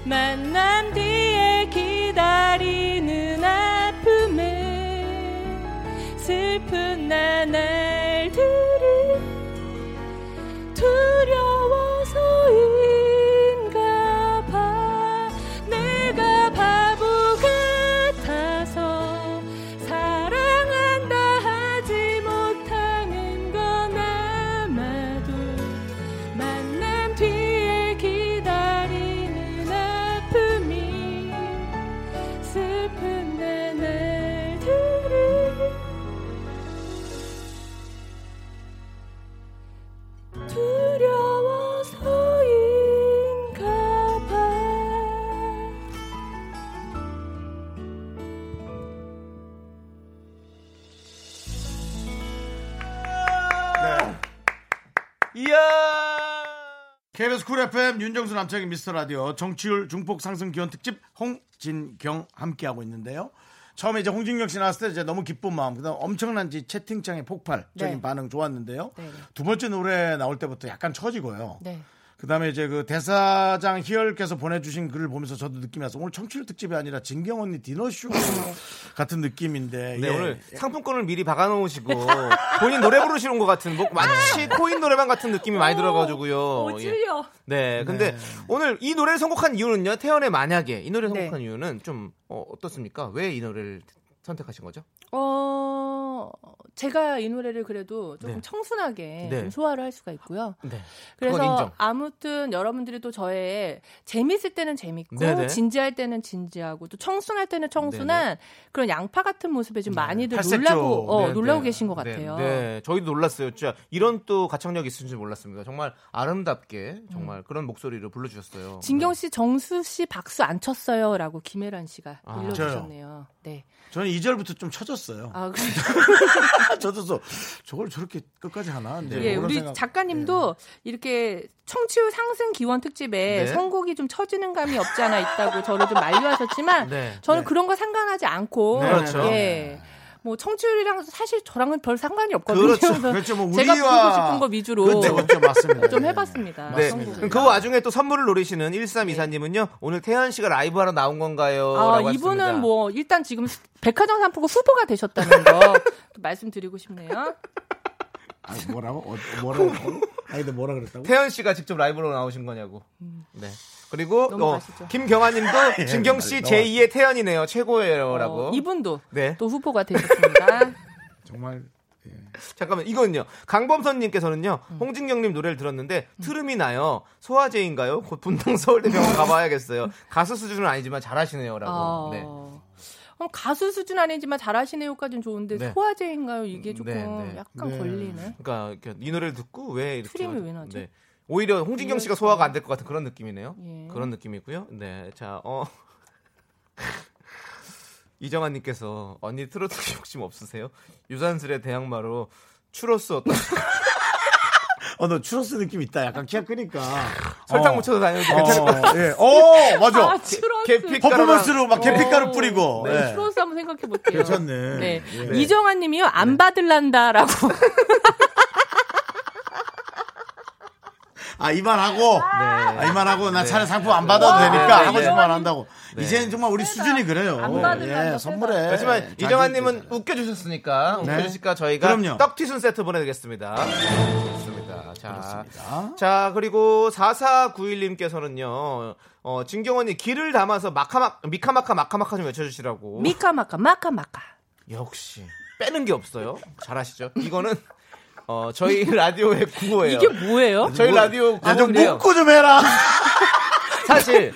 S5: 만남 뒤에 기다리는 아픔에 슬픈 나날들이 두려워서인가 봐 내가 바보 같아서 사랑한다 하지 못하는 건 아마도 만남 뒤에 기다리는 아픔이 슬픈 나날들이 두려워서인가 봐
S2: 이야.
S1: KBS 쿨 FM 윤정수 남창희 미스터 라디오 정치율 중폭 상승 기원 특집 홍진경 함께하고 있는데요. 처음에 이제 홍진경 씨 나왔을 때 이제 너무 기쁜 마음, 그다음 엄청난 지 채팅창의 폭발적인
S7: 네.
S1: 반응 좋았는데요.
S7: 네, 네.
S1: 두 번째 노래 나올 때부터 약간 처지고요.
S7: 네.
S1: 그다음에 이제 그 대사장 희열께서 보내주신 글을 보면서 저도 느낌이 왔어. 오늘 청취율 특집이 아니라 진경 언니 디너쇼 같은 느낌인데.
S2: 네,
S1: 예.
S2: 오늘 상품권을 미리 박아놓으시고 본인 노래 부르시는 것 같은 뭐 마치 코인 노래방 같은 느낌이 많이 들어가지고요.
S7: 오,
S2: 예.
S7: 찔려.
S2: 네, 근데 오늘 이 노래를 선곡한 이유는요. 태연의 만약에 이 노래 를
S7: 네.
S2: 선곡한 이유는 좀 어, 어떻습니까? 왜 이 노래를 선택하신 거죠?
S7: 어, 제가 이 노래를 그래도 조금
S2: 네.
S7: 청순하게
S2: 네.
S7: 좀 소화를 할 수가 있고요.
S2: 네, 그건
S7: 그래서
S2: 인정.
S7: 아무튼 여러분들이 또 저의 재밌을 때는 재밌고
S2: 네네. 네,
S7: 진지할 때는 진지하고 또 청순할 때는 청순한 그런 양파 같은 모습에 좀 많이들
S1: 팔색조.
S7: 놀라고 어,
S2: 네,
S7: 놀라고
S2: 네.
S7: 계신 것
S2: 네,
S7: 같아요.
S2: 네, 저희도 놀랐어요. 진짜 이런 또 가창력이 있을 줄 몰랐습니다. 정말 아름답게 정말 그런 목소리로 불러주셨어요.
S7: 음. 진경 씨, 정수 씨 박수 안 쳤어요라고 김혜란 씨가
S2: 아,
S7: 일러주셨네요. 네.
S1: 저는 2절부터 좀 처졌어요.
S7: 아, 그래요?
S1: 저도 저걸 저렇게 끝까지 하나? 네,
S2: 뭐
S7: 예,
S1: 그런
S7: 우리
S1: 생각-
S7: 작가님도 이렇게 청취율 상승 기원 특집에
S2: 예. 네.
S7: 선곡이 좀 처지는 감이 없지 않아 있다고 저를 좀 만류하셨지만
S2: 네.
S7: 저는 그런 거 상관하지 않고
S2: 네, 그렇죠.
S7: 예.
S5: 뭐 청취율이랑 사실 저랑은 별 상관이 없거든요.
S2: 그렇죠.
S5: 그래서
S1: 그렇죠. 뭐
S5: 제가
S1: 우리와-
S5: 부르고 싶은 거 위주로
S7: 어.
S1: 그렇죠, 그렇죠. 맞습니다.
S5: 좀
S1: 예.
S5: 해봤습니다.
S2: 네.
S1: 맞습니다.
S2: 그럼 그 와중에 또 선물을 노리시는
S7: 네.
S2: 1324님은요. 오늘 태현 씨가 라이브 하러 나온 건가요?
S5: 아,
S2: 라고
S5: 이분은
S2: 하셨습니다.
S5: 뭐 일단 지금 백화점 상품권 후보가 되셨다는 거 또 말씀드리고 싶네요.
S1: 아, 뭐라고? 어, 뭐라고? 아니, 근데 뭐라 그랬다고?
S2: 태현 씨가 직접 라이브로 나오신 거냐고.
S7: 음.
S2: 네. 그리고
S5: 너무
S2: 어,
S5: 맛있죠.
S2: 김경아님도
S1: 예,
S2: 진경 씨
S1: 너무-
S2: 제2의 태연이네요. 최고예요라고.
S5: 어, 이분도
S2: 네.
S5: 또 후보가 되셨습니다.
S1: 정말
S2: 잠깐만 이건요. 강범선님께서는요.
S5: 음.
S2: 홍진경님 노래를 들었는데 트름이 나요. 소화제인가요? 곧 분당 서울대병원
S5: 음.
S2: 가봐야겠어요. 가수 수준은 아니지만 잘하시네요라고.
S5: 어.
S2: 네.
S5: 그럼 가수 수준 아니지만 잘하시네요까지는 좋은데
S2: 네.
S5: 소화제인가요? 이게 조금
S2: 네, 네.
S5: 약간
S1: 네.
S5: 걸리네.
S2: 그러니까 이렇게 이 노래를 듣고 왜 이렇게
S5: 트림이 왜 나죠?
S2: 네. 오히려 홍진경 씨가 소화가 안 될 것 같은 그런 느낌이네요.
S5: 예.
S2: 그런 느낌이고요. 네, 자, 어. 이정환님께서 언니 트로트 욕심 없으세요? 유산슬의 대항마로 추로스 어떤
S1: 어, 너 추러스 느낌 있다. 약간 키가 크니까.
S2: 설탕
S1: 어.
S2: 묻혀서 다녀도 괜찮을 것 같아요.
S1: 어, 예. 어, 맞아.
S5: 아, 추러스.
S2: 계피
S1: 퍼포먼스로 막 계피가루 뿌리고.
S5: 네.
S1: 예.
S5: 추러스 한번 생각해 볼게요.
S1: 괜찮네.
S5: 네.
S1: 예.
S5: 이정환 님이요. 안
S2: 네.
S5: 받을란다라고.
S1: 아, 이만하고. 아, 이만하고. 나 차라리 상품 안 받아도
S2: 네,
S1: 되니까
S2: 네,
S1: 하고
S2: 네.
S1: 싶은 말 한다고.
S2: 네.
S1: 이제는 정말 우리 수준이 그래요.
S5: 안 받을란다,
S1: 예,
S5: 세다.
S1: 선물해.
S2: 하지만 이정환님은 웃겨주셨으니까
S1: 네.
S2: 웃겨주니까 저희가
S1: 그럼요.
S2: 떡튀순 세트 보내드리겠습니다. 좋습니다. 자,
S1: 그렇습니다.
S2: 자 그리고 4491님께서는요. 어, 진경언니 기를 담아서 마카마 미카마카 마카마카 좀 외쳐주시라고.
S5: 미카마카 마카마카.
S2: 역시 빼는 게 없어요. 잘하시죠. 이거는 어, 저희 라디오의 구호예요.
S5: 이게 뭐예요?
S2: 저희 라디오
S1: 야, 좀
S2: 구호인데요.
S1: 묻고 좀 해라.
S2: 사실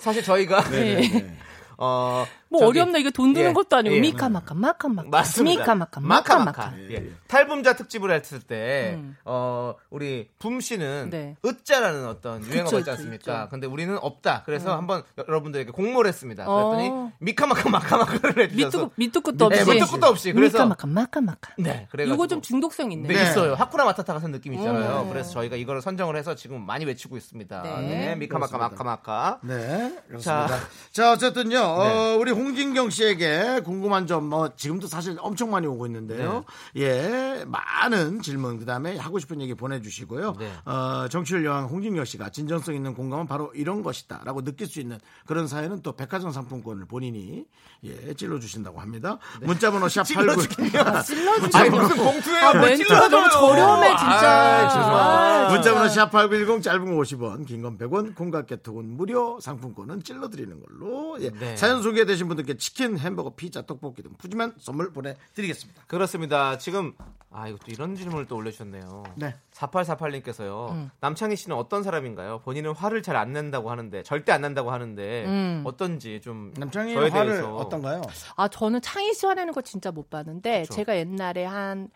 S2: 사실 저희가
S1: 네,
S2: 어,
S5: 뭐
S2: 저기-
S5: 어렵나 이게 돈 드는
S2: 예,
S5: 것도 아니고
S2: 예.
S5: 미카마카 마카마카.
S2: 맞습니다.
S5: 미카마카 마카마카. 음.
S2: 예. 탈붐자 특집을 했을 때, 어, 우리 붐 씨는
S5: 네.
S2: 으짜라는 어떤 유행어가
S5: 그쵸,
S2: 있지
S5: 그쵸,
S2: 않습니까?
S5: 있죠.
S2: 근데 우리는 없다. 그래서 한번 여러분들에게 공모를 했습니다.
S5: 어.
S2: 그랬더니 미카마카 마카마카를 해주셔서
S5: 밑도 밑도 끝도 없이.
S2: 네, 밑도 끝도 없이. 그래서-
S5: 미카마카 마카마카.
S2: 네, 그래가지고
S5: 이거 좀 중독성 있네요. 음.
S2: 네, 있어요. 하쿠나 마타타 같은 느낌 있잖아요. 그래서 저희가 이거를 선정을 해서 지금 많이 외치고 있습니다.
S5: 네. 아,
S2: 네, 미카마카 마카마카.
S1: 네, 그렇습니다. 자, 어쨌든요, 어, 우리 홍진경 씨에게 궁금한 점, 뭐, 지금도 사실 엄청 많이 오고 있는데요. 예, 많은 질문, 그 다음에 하고 싶은 얘기 보내주시고요.
S2: 네.
S1: 어, 정치를 여왕 홍진경 씨가 진정성 있는 공감은 바로 이런 것이다. 라고 느낄 수 있는 그런 사연은 또 백화점 상품권을 본인이, 예, 찔러주신다고 합니다. 문자번호 샵89.
S2: 아니 무슨 봉투예요?
S5: 아,
S2: 뭘
S5: 멘트가 너무
S2: 찔러줘요.
S5: 저렴해 진짜.
S2: 아이, 죄송합니다.
S1: 문자번호 샵8910 짧은 거 50원, 긴 건 100원, 공각 개통은 무료, 상품권은 찔러드리는 걸로. 예.
S2: 네.
S1: 사연 소개되신 분들께 치킨, 햄버거, 피자, 떡볶이 등 푸짐한 선물 보내드리겠습니다.
S2: 그렇습니다. 지금 아 이것도 이런 질문을 또 올려주셨네요.
S1: 네. 음.
S2: 4848님께서요. 남창희 씨는 어떤 사람인가요? 본인은 화를 잘 안 낸다고 하는데 절대 안 낸다고 하는데 어떤지 좀
S1: 음. 남창희
S2: 저에
S1: 화를
S2: 대해서
S1: 어떤가요?
S5: 아, 저는 창희 씨 화내는 거 진짜 못 봤는데
S2: 그쵸.
S5: 제가 옛날에 한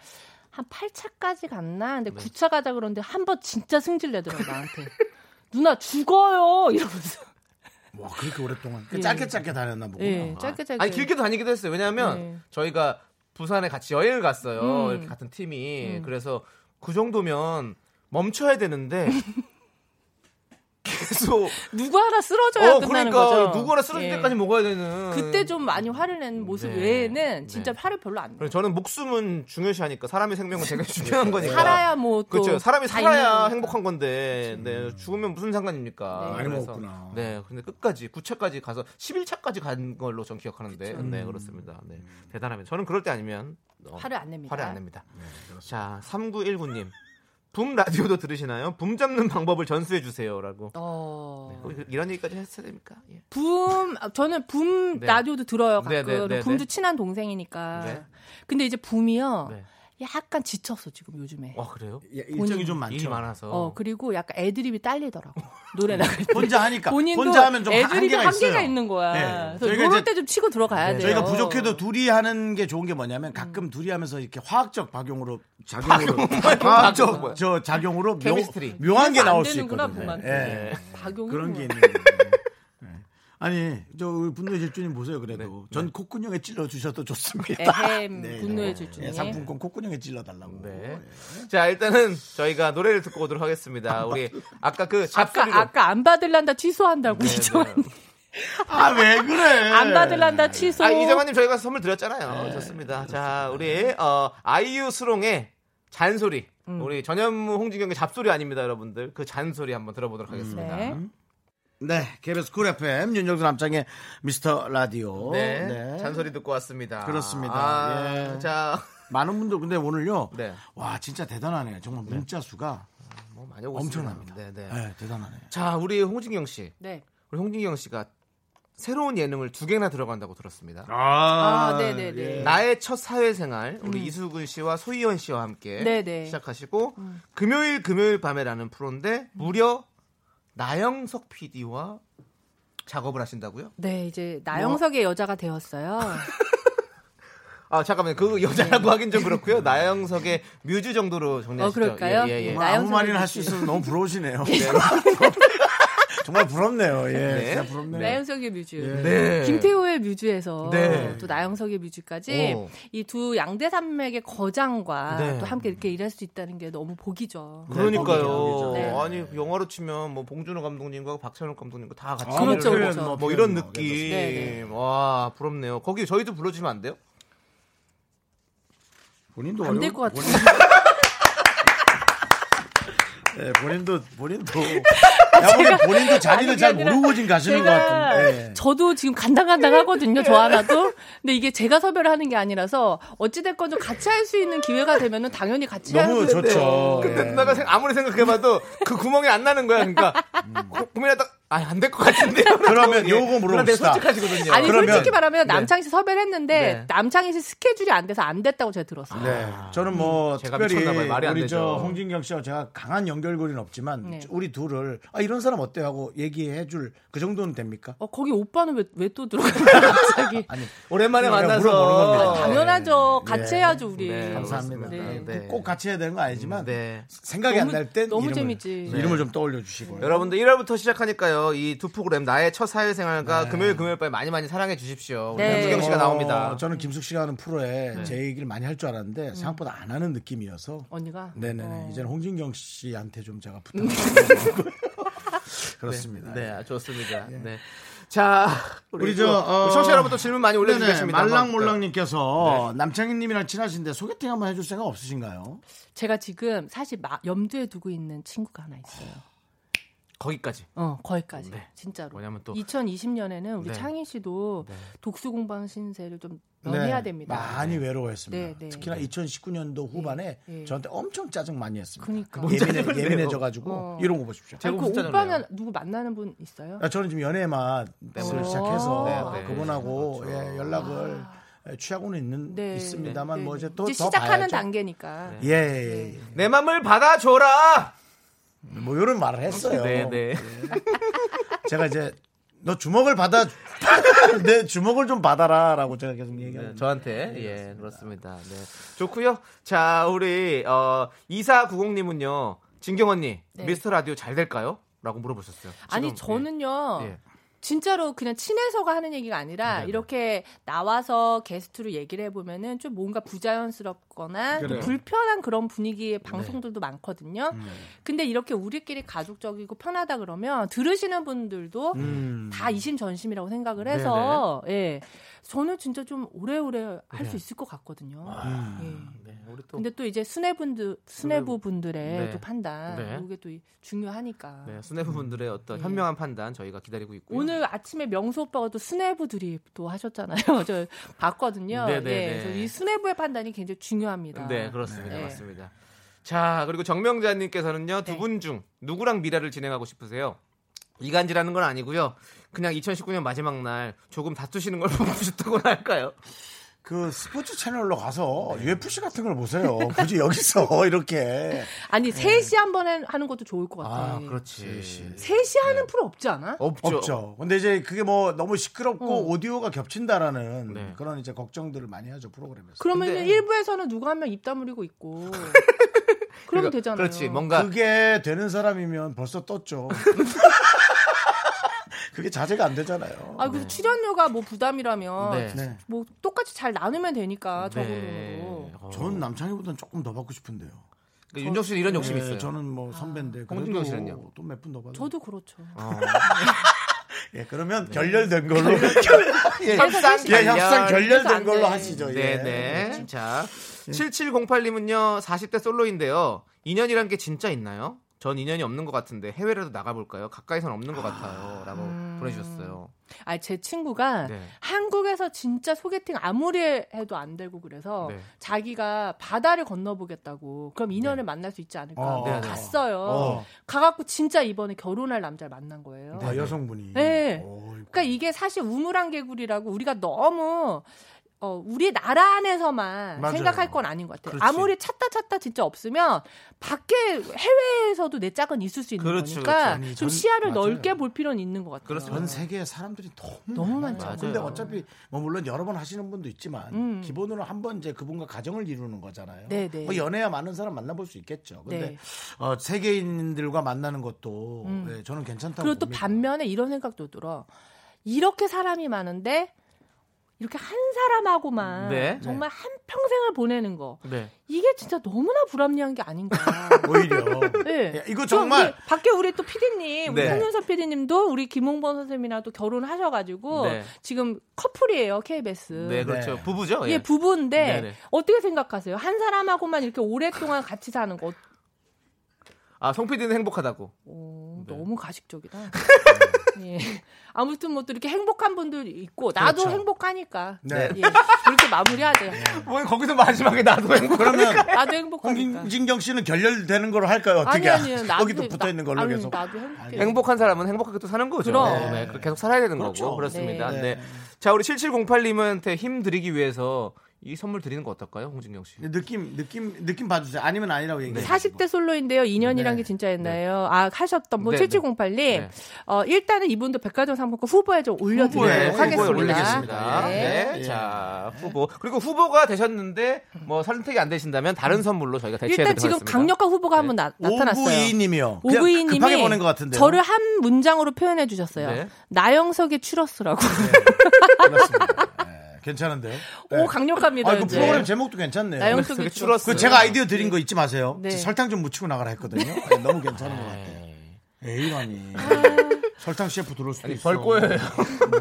S5: 한 8차까지 갔나?
S2: 네.
S5: 근데 9차 가자 그러는데 한 번 진짜 승질 내더라고 나한테. 누나 죽어요 이러면서.
S1: 와, 그렇게 오랫동안. 짧게 짧게 다녔나 보구나.
S5: 예, 짧게 짧게.
S2: 아니 길게도 다니기도 했어요. 왜냐하면
S5: 네.
S2: 저희가 부산에 같이 여행을 갔어요.
S1: 음.
S2: 이렇게 같은 팀이 그래서 그 정도면 멈춰야 되는데 계속
S5: 누구 하나 쓰러져야
S2: 어
S5: 된다는
S2: 그러니까
S5: 거죠.
S2: 누구나 쓰러질
S5: 예.
S2: 때까지 먹어야 되는
S5: 그때 좀 많이 화를 낸 모습
S2: 네.
S5: 외에는 진짜
S2: 네.
S5: 화를 별로 안 내요.
S2: 그래서 저는 목숨은 중요시하니까 사람의 생명은 되게 중요한 거니까.
S5: 살아야 뭐또
S2: 그렇죠. 사람이 살아야 행복한 건데, 네, 죽으면 무슨 상관입니까?
S1: 많이
S2: 그래서,
S1: 먹었구나.
S2: 네, 근데 끝까지 9차까지 가서 11차까지 간 걸로 전 기억하는데, 네 그렇습니다. 네, 대단하면 저는 그럴 때 아니면 어,
S5: 화를 안 냅니다.
S2: 화를 안 냅니다. 자, 3919님, 붐 라디오도 들으시나요? 붐 잡는 방법을 전수해 주세요라고.
S5: 어.
S2: 네, 이런 얘기까지 했어야 됩니까? 예.
S5: 붐 아, 저는 붐
S2: 네.
S5: 라디오도 들어요 가끔 그
S2: 네, 네, 네, 네.
S5: 붐도 친한 동생이니까
S2: 네.
S5: 근데 이제 붐이요
S2: 네.
S5: 약간 지쳤어 지금 요즘에 어,
S2: 와 그래요?
S1: 예, 일정이 좀
S2: 일이
S1: 많죠.
S2: 많아서.
S5: 그리고 약간 애드립이 딸리더라고 노래 나갈 때
S1: 혼자 하니까.
S5: 본인도
S1: 혼자 하면 좀
S5: 애드립이
S1: 한계가, 있어요.
S5: 있는 거야
S1: 네.
S5: 그래서
S1: 저희가
S5: 요럴
S1: 이제- 네,
S5: 때 좀 치고 네. 들어가야 음. 돼요
S1: 저희가 부족해도 둘이 하는 게 좋은 게 뭐냐면 가끔 둘이 하면서 이렇게 화학적 박용으로 작용으로 뭐 화학적 저 작용으로 묘,
S2: 케미스트리.
S1: 묘한 게
S5: 그래서 안
S1: 나올 수
S5: 되는구나,
S1: 있거든요.
S5: 붐한테.
S1: 예.
S5: 박용이
S1: 그런
S5: 뭐.
S1: 게 있는 거예요. 네. 아니 저 우리 분노의 질주님 보세요 그래도 전 콧구녕에 찔러 주셔도 좋습니다.
S5: 에헴, 음, 분노의 질주님.
S1: 예, 네, 상품권 콧구녕에 찔러 달라고.
S2: 네. 자, 일단은 저희가 노래를 듣고 오도록 하겠습니다. 우리 아까 그
S5: 아까
S2: 잡소리로
S5: 아까 안 받을란다 취소한다고
S2: 네,
S5: 이정환
S2: 네.
S1: 아 왜 그래?
S5: 안 받을란다 취소.
S2: 아, 이정환님 저희가 선물 드렸잖아요. 좋습니다. 자, 우리 어, 아이유 수롱의 잔소리. 우리 전현무 홍진경의 잡소리 아닙니다, 여러분들. 그 잔소리 한번 들어보도록 하겠습니다.
S5: 네.
S1: 네, KBS 쿨 FM 윤정수 남창의 미스터 라디오.
S2: 네, 잔소리 듣고 왔습니다.
S1: 그렇습니다.
S2: 아,
S1: 예.
S2: 자,
S1: 많은 분들 근데 오늘요.
S2: 네.
S1: 와 진짜 대단하네요. 정말 문자 수가
S2: 뭐 많이 오고
S1: 엄청납니다.
S2: 있습니다. 네, 네.
S1: 네, 대단하네요.
S2: 자, 우리 홍진경 씨.
S5: 네.
S2: 우리 홍진경 씨가 새로운 예능을 두 개나 들어간다고 들었습니다.
S5: 아,
S1: 예.
S5: 네네네.
S2: 나의 첫 사회생활 우리 이수근 씨와 소희연 씨와 함께
S5: 음. 네네. 음.
S2: 시작하시고 금요일 금요일 밤에라는 프로인데 무려 나영석 PD와 작업을 하신다고요?
S5: 네, 이제
S1: 뭐?
S5: 나영석의 여자가 되었어요.
S2: 아 잠깐만 요그 여자라고 하긴 좀 그렇고요. 나영석의 뮤즈 정도로 정리하시죠.
S5: 어, 그럴까요?
S2: 예, 예, 예.
S5: 네.
S1: 정말 아무
S5: 나영석
S1: 말이나 할 수
S5: 씨.
S1: 있어서 너무 부러우시네요. 정말 부럽네요. 예, 진짜 부럽네요. 예.
S5: 나영석의 뮤즈.
S2: 네.
S5: 김태호의 뮤즈에서
S2: 네.
S5: 또 나영석의 뮤즈까지
S2: 오.
S5: 이 두 양대 산맥의 거장과
S2: 네.
S5: 또 함께 이렇게 일할 수 있다는 게 너무 복이죠.
S2: 그러니까요.
S5: 네.
S2: 아니 영화로 치면 뭐 봉준호 감독님과 박찬욱 감독님과 다 같이
S1: 아,
S5: 그렇죠,
S2: 일을
S5: 그렇죠.
S2: 뭐, 뭐 이런
S1: 뭐,
S2: 느낌.
S5: 네,
S2: 와 부럽네요. 거기 저희도 불러주시면 안 돼요?
S1: 본인도
S5: 안 될 것 같은데.
S1: 네, 본인도 본인도 야, 본인, 본인도 자리를
S5: 아니,
S1: 잘
S5: 그게 아니라
S1: 모르고 지금 가시는 것 같은데. 예.
S5: 저도 지금 간당간당하거든요. 저 하나도. 근데 이게 제가 섭외를 하는 게 아니라서 어찌됐건 좀 같이 할 수 있는 기회가 되면은 당연히 같이
S1: 너무
S5: 하는
S1: 좋죠.
S2: 근데
S1: 예.
S2: 누나가 생- 아무리 생각해봐도 그 구멍이 안 나는 거야. 그러니까 고- 고민하다 아안될 것 같은데.
S1: 음. 그러면 요거
S2: 누나 되게
S1: 물어봅시다.
S2: 솔직하시거든요.
S5: 아니
S1: 그러면- 네.
S5: 솔직히 말하면 남창희 씨 섭외를 했는데
S2: 네.
S5: 남창희 씨 스케줄이 안 돼서 안 됐다고 제가 들었어요.
S1: 네. 저는
S5: 음,
S1: 뭐
S2: 제가
S1: 특별히
S2: 미쳤나 봐요. 말이 안
S1: 우리 저
S2: 되죠.
S1: 홍진경 씨와 제가 강한 연결고리는 없지만
S5: 네.
S1: 우리 둘을 아 이런 사람 어때 하고 얘기해 줄 그 정도는 됩니까?
S5: 어, 거기 오빠는 왜 또 들어가요 갑자기?
S1: 아니
S2: 오랜만에
S1: 그냥 물어보는
S2: 만나서
S1: 겁니다.
S5: 당연하죠. 같이
S1: 네.
S5: 해야죠 우리.
S2: 네.
S1: 감사합니다.
S2: 네.
S1: 네. 꼭 같이 해야 되는 건
S5: 음,
S1: 아니지만
S2: 네.
S1: 생각이
S5: 너무-
S1: 안 날 땐
S5: 너무
S1: 이름을,
S5: 재밌지.
S1: 네. 이름을 좀 떠올려 주시고요.
S2: 여러분들 1월부터 시작하니까요. 이 두 프로그램 나의 첫
S1: 네.
S2: 사회생활과 금요일 금요일 밤에 많이 많이 사랑해 주십시오. 우리
S5: 네.
S2: 홍진경 씨가
S1: 어,
S2: 나옵니다. 네.
S1: 저는 김숙 씨가 하는 프로에 제 얘기를 많이 할 줄 알았는데 생각보다 안 하는 느낌이어서
S5: 언니가
S1: 네네 네
S5: 음. 어.
S1: 이제는 홍진경 씨한테 좀 제가 부탁드리고 그렇습니다. 예.
S2: 네, 좋습니다. 네. 자, 우리,
S1: 우리
S2: 또
S1: 저 어,
S2: 우리 청취자 여러분 또 질문 많이
S1: 네네,
S2: 올려주겠습니다. 네.
S1: 말랑몰랑님께서 남창희님이랑 친하신데 소개팅 한번 해줄 생각 없으신가요?
S5: 제가 지금 사실 마- 염두에 두고 있는 친구가 하나 있어요.
S1: 아.
S2: 거기까지.
S5: 어, 거기까지.
S2: 네.
S5: 진짜로.
S2: 뭐냐면 또
S5: 2020년에는 우리
S2: 네.
S5: 창희 씨도 독수 공방 신세를 좀 면해야 됩니다.
S1: 네. 많이 외로워했습니다.
S5: 네, 네.
S1: 특히나 2019년도 후반에
S5: 네.
S1: 저한테 엄청 짜증 많이 했습니다.
S5: 그러니까.
S1: 예민해, 예민해져가지고
S5: 어.
S1: 이런 거 보십시오.
S5: 아니, 그
S2: 제가 진짜
S5: 오빠는
S2: 놀래요.
S5: 누구 만나는 분 있어요?
S1: 아, 저는 지금 연애 맛을 시작해서
S2: 네, 아. 네.
S1: 그분하고 예, 연락을 취하고는 있는
S5: 네.
S1: 있습니다만
S5: 네,
S1: 뭐 이제
S5: 네.
S1: 또
S5: 이제
S1: 더
S5: 시작하는
S1: 봐야죠.
S5: 단계니까. 네.
S1: 예, 예, 예.
S2: 내 맘을 받아줘라.
S1: 뭐 이런 말을 했어요.
S2: 네, 네.
S1: 제가 이제 너 주먹을 받아 내 주먹을 좀 받아라라고 제가 계속 얘기하는. 데
S2: 네, 저한테 예 음. 그렇습니다. 네 좋고요. 자 우리 어 이사 구공님은요 진경 언니
S5: 네.
S2: 미스터 라디오 잘 될까요? 라고 물어보셨어요.
S5: 아니
S2: 지금,
S5: 저는요.
S2: 예. 예.
S5: 진짜로 그냥 친해서가 하는 얘기가 아니라 이렇게 나와서 게스트로 얘기를 해보면은 좀 뭔가 부자연스럽거나 좀 불편한 그런 분위기의 방송들도
S2: 네.
S5: 많거든요.
S2: 음.
S5: 근데 이렇게 우리끼리 가족적이고 편하다 그러면 들으시는 분들도
S2: 음.
S1: 음,
S5: 다 이심전심이라고 생각을 해서 예 저는 진짜 좀 오래오래 할 수 있을 것 같거든요. 예.
S2: 네, 우리 또
S5: 근데 또 이제 수뇌분들 수뇌부 분들의
S2: 네.
S5: 또 판단
S2: 네.
S5: 이게 또 중요하니까.
S2: 네, 수뇌부분들의 어떤 현명한 판단 저희가 기다리고 있고요.
S5: 오늘 아침에 명수 오빠가 또 스내부 드립 또 하셨잖아요. 저 봤거든요.
S2: 네, 네,
S5: 예,
S2: 네.
S5: 그래서 이 스내부의 판단이 굉장히 중요합니다.
S2: 네 그렇습니다
S5: 네.
S2: 맞습니다. 자 그리고 정명자님께서는요 두 분 중 누구랑 미라를 진행하고 싶으세요? 이간질하는 건 아니고요. 그냥 2019년 마지막 날 조금 다투시는 걸 보고 싶다고나 할까요?
S1: 그 스포츠 채널로 가서 UFC 같은 걸 보세요. 굳이 여기서 이렇게
S2: 네.
S5: 아니 셋이 한 번에 하는 것도 좋을 것 같아요.
S2: 그렇지.
S5: 셋이 하는 프로 없지 않아?
S2: 네. 없죠.
S1: 없죠. 근데 이제 그게 뭐 너무 시끄럽고
S5: 어.
S1: 오디오가 겹친다라는
S2: 네.
S1: 그런 이제 걱정들을 많이 하죠 프로그램에서.
S5: 그러면
S2: 근데-
S5: 일부에서는 누가 한 명 입 다물이고 있고.
S2: 그러니까,
S5: 그러면 되잖아요.
S2: 그렇지. 뭔가
S1: 그게 되는 사람이면 벌써 떴죠. 그게 자제가 안 되잖아요.
S5: 아, 그래서 출연료가 뭐 부담이라면
S2: 네.
S1: 네.
S5: 뭐 똑같이 잘 나누면 되니까 적으로.
S2: 어.
S1: 저는 남창희보다는 조금 더 받고 싶은데요.
S2: 그러니까 윤정 씨는 이런 욕심이
S1: 네,
S2: 있어요.
S1: 저는 뭐 선배인데
S2: 홍진경 씨는요?
S5: 그렇죠.
S2: 어.
S1: 또몇 분 더 받고.
S5: 저도 그렇죠.
S1: 예, 그러면 결렬된 걸로. 예,
S2: 협상
S1: 예, 협상
S2: 네. 결렬.
S1: 결렬된 걸로 하시죠. 예.
S2: 네네. 자, 7708님은요, 40대 솔로인데요. 인연이란 게 진짜 있나요? 전 인연이 없는 것 같은데 해외라도 나가볼까요? 가까이선 없는 것 같아요. 라고
S5: 음.
S2: 보내주셨어요.
S5: 아, 제 친구가
S2: 네.
S5: 한국에서 진짜 소개팅 아무리 해도 안 되고 그래서
S2: 네.
S5: 자기가 바다를 건너보겠다고 그럼 인연을 만날 수 있지 않을까
S1: 네. 어.
S2: 네, 네.
S5: 갔어요.
S1: 어.
S5: 가갖고 진짜 이번에 결혼할 남자를 만난 거예요.
S1: 아, 여성분이.
S5: 네.
S1: 어이구.
S5: 그러니까 이게 사실 우물안 개구리라고 우리가 너무 어, 우리 나라 안에서만
S1: 맞아요.
S5: 생각할 건 아닌 것 같아요.
S1: 그렇지.
S5: 아무리 찾다 찾다 진짜 없으면 밖에 해외에서도 내 짝은 있을 수 있는
S2: 그렇죠,
S5: 거니까
S2: 그렇죠.
S1: 아니,
S5: 좀
S1: 전-
S5: 시야를
S2: 맞아요.
S5: 넓게 볼 필요는 있는 것 같아요.
S2: 그렇습니다.
S1: 전 세계에 사람들이 너무,
S5: 음. 너무
S1: 많아요.
S5: 많죠.
S1: 근데
S2: 맞아요.
S1: 어차피 뭐 물론 여러 번 하시는 분도 있지만
S5: 음.
S1: 기본으로 한 번 이제 그분과 가정을 이루는 거잖아요.
S5: 네, 네.
S1: 뭐 연애야 많은 사람 만나볼 수 있겠죠. 근데
S5: 네. 음.
S1: 어, 세계인들과 만나는 것도 예, 저는 괜찮다고
S5: 그리고 또
S1: 봅니다.
S5: 반면에 이런 생각도 들어. 이렇게 사람이 많은데 이렇게 한 사람하고만
S2: 네.
S5: 정말 한 평생을 보내는 거
S2: 네.
S5: 이게 진짜 너무나 불합리한 게 아닌가.
S1: 오히려
S5: 네.
S1: 예, 이거
S5: 저
S1: 정말
S5: 우리 밖에 우리 또 PD님, 우리
S2: 네.
S5: 손윤선 PD님도 우리 김홍범 선생님이랑도 결혼하셔가지고
S2: 네.
S5: 지금 커플이에요 KBS.
S2: 네, 그렇죠.
S1: 네.
S2: 부부죠?
S5: 예, 부부인데
S2: 네네.
S5: 어떻게 생각하세요? 한 사람하고만 이렇게 오랫동안 같이 사는 거
S2: 아, 송 PD는 행복하다고.
S5: 오,
S2: 네.
S5: 너무 가식적이다. 예. 아무튼 뭐 또 이렇게 행복한 분들 있고 나도
S1: 그렇죠.
S5: 행복하니까
S1: 네.
S5: 예. 이렇게 마무리하세요.
S2: 뭐 거기서 마지막에 나도 행복.
S1: 그러면
S5: 나도 행복하니까.
S1: 네. 홍진경 씨는 결렬되는 걸로 할까요? 어떻게
S5: 아니, 아니요. 나도
S1: 거기도
S5: 행-
S1: 붙어 있는
S5: 나-
S1: 걸로
S5: 아니,
S1: 계속.
S5: 나도 행복해.
S2: 예. 행복한 사람은 행복하게 또 사는 거죠.
S5: 그럼.
S2: 네, 그렇게 계속 살아야 되는
S1: 그렇죠.
S2: 거고. 그렇습니다.
S1: 네.
S2: 네. 자, 우리 7708님한테 힘 드리기 위해서 이 선물 드리는 거 어떨까요? 홍진경 씨.
S1: 느낌 느낌 느낌 봐주세요. 아니면 아니라고 얘기해.
S5: 40대 솔로인데요.
S1: 네.
S5: 인연이란 게 진짜 있나요? 아, 하셨던 분
S2: 네,
S5: 7708님.
S2: 네.
S5: 어, 일단은 이분도 백화점 상품권 후보에 좀
S1: 후보에,
S5: 올려드리도록
S2: 네, 후보에
S5: 하겠습니다.
S2: 올리겠습니다.
S5: 네.
S2: 네.
S1: 예.
S2: 자, 후보. 그리고 후보가 되셨는데 뭐 선택이 안 되신다면 다른 선물로 저희가 대체해
S5: 일단 지금
S2: 드리겠습니다.
S5: 강력한 후보가 한분 나,
S1: 네.
S5: 타났어요
S1: 5922님이요. 급하게 그 보낸 것
S5: 오구이님이
S1: 같은데요.
S5: 저를 한 문장으로 표현해 주셨어요.
S2: 네.
S5: 나영석의 추러스라고.
S1: 그렇습니다. 네, 괜찮은데요? 네.
S5: 오 강력합니다.
S1: 아, 그
S5: 이제.
S1: 프로그램 제목도 괜찮네요.
S5: 나영석의
S2: 나영석의
S5: 추러스.
S1: 그 제가 아이디어 드린 거 잊지 마세요.
S5: 네.
S1: 저 설탕 좀 묻히고 나가라 했거든요. 네, 너무 괜찮은 것 같아요. 에이라니.
S5: 아.
S1: 설탕 셰프 들을 수도
S2: 네. 아니,
S1: 있어. 뭐
S2: 벌꼬예요.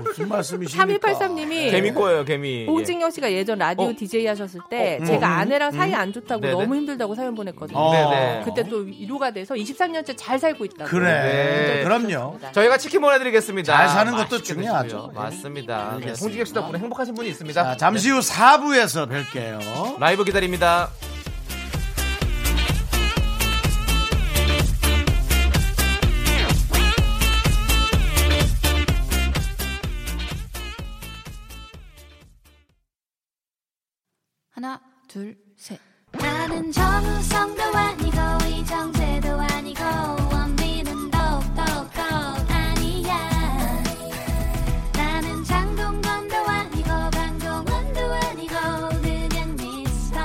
S1: 무슨 말씀이십니까?
S5: 3283님이
S2: 개미 꼬예요, 네. 개미.
S5: 홍진경 그 씨가 예전 라디오 DJ 하셨을 때
S2: 어,
S5: 제가 아내랑 사이 안 좋다고
S2: 네네.
S5: 너무 힘들다고 사연 보냈거든요.
S1: 음. 어.
S2: 네네.
S5: 그때 또 위로가 돼서 23년째 잘 살고 있다고.
S1: 그래.
S2: 네.
S1: 그럼요.
S2: 저희가 치킨 보내드리겠습니다.
S1: 잘 사는 것도
S2: 맛있게
S1: 중요하죠.
S2: 드시고요.
S1: 예.
S2: 맞습니다. 네,
S1: 알겠습니다.
S2: 홍진경 씨 덕분에 행복하신 분이 있습니다.
S1: 자, 잠시 후 4부에서 뵐게요.
S2: 네. 라이브 기다립니다.
S8: 하나, 둘, 셋.
S4: 나는 정우성도 아니고 이정재도 아니고 원빈은 더욱더 아니야 나는 장동건도 아니고 강동원도 아니고 그냥 미스터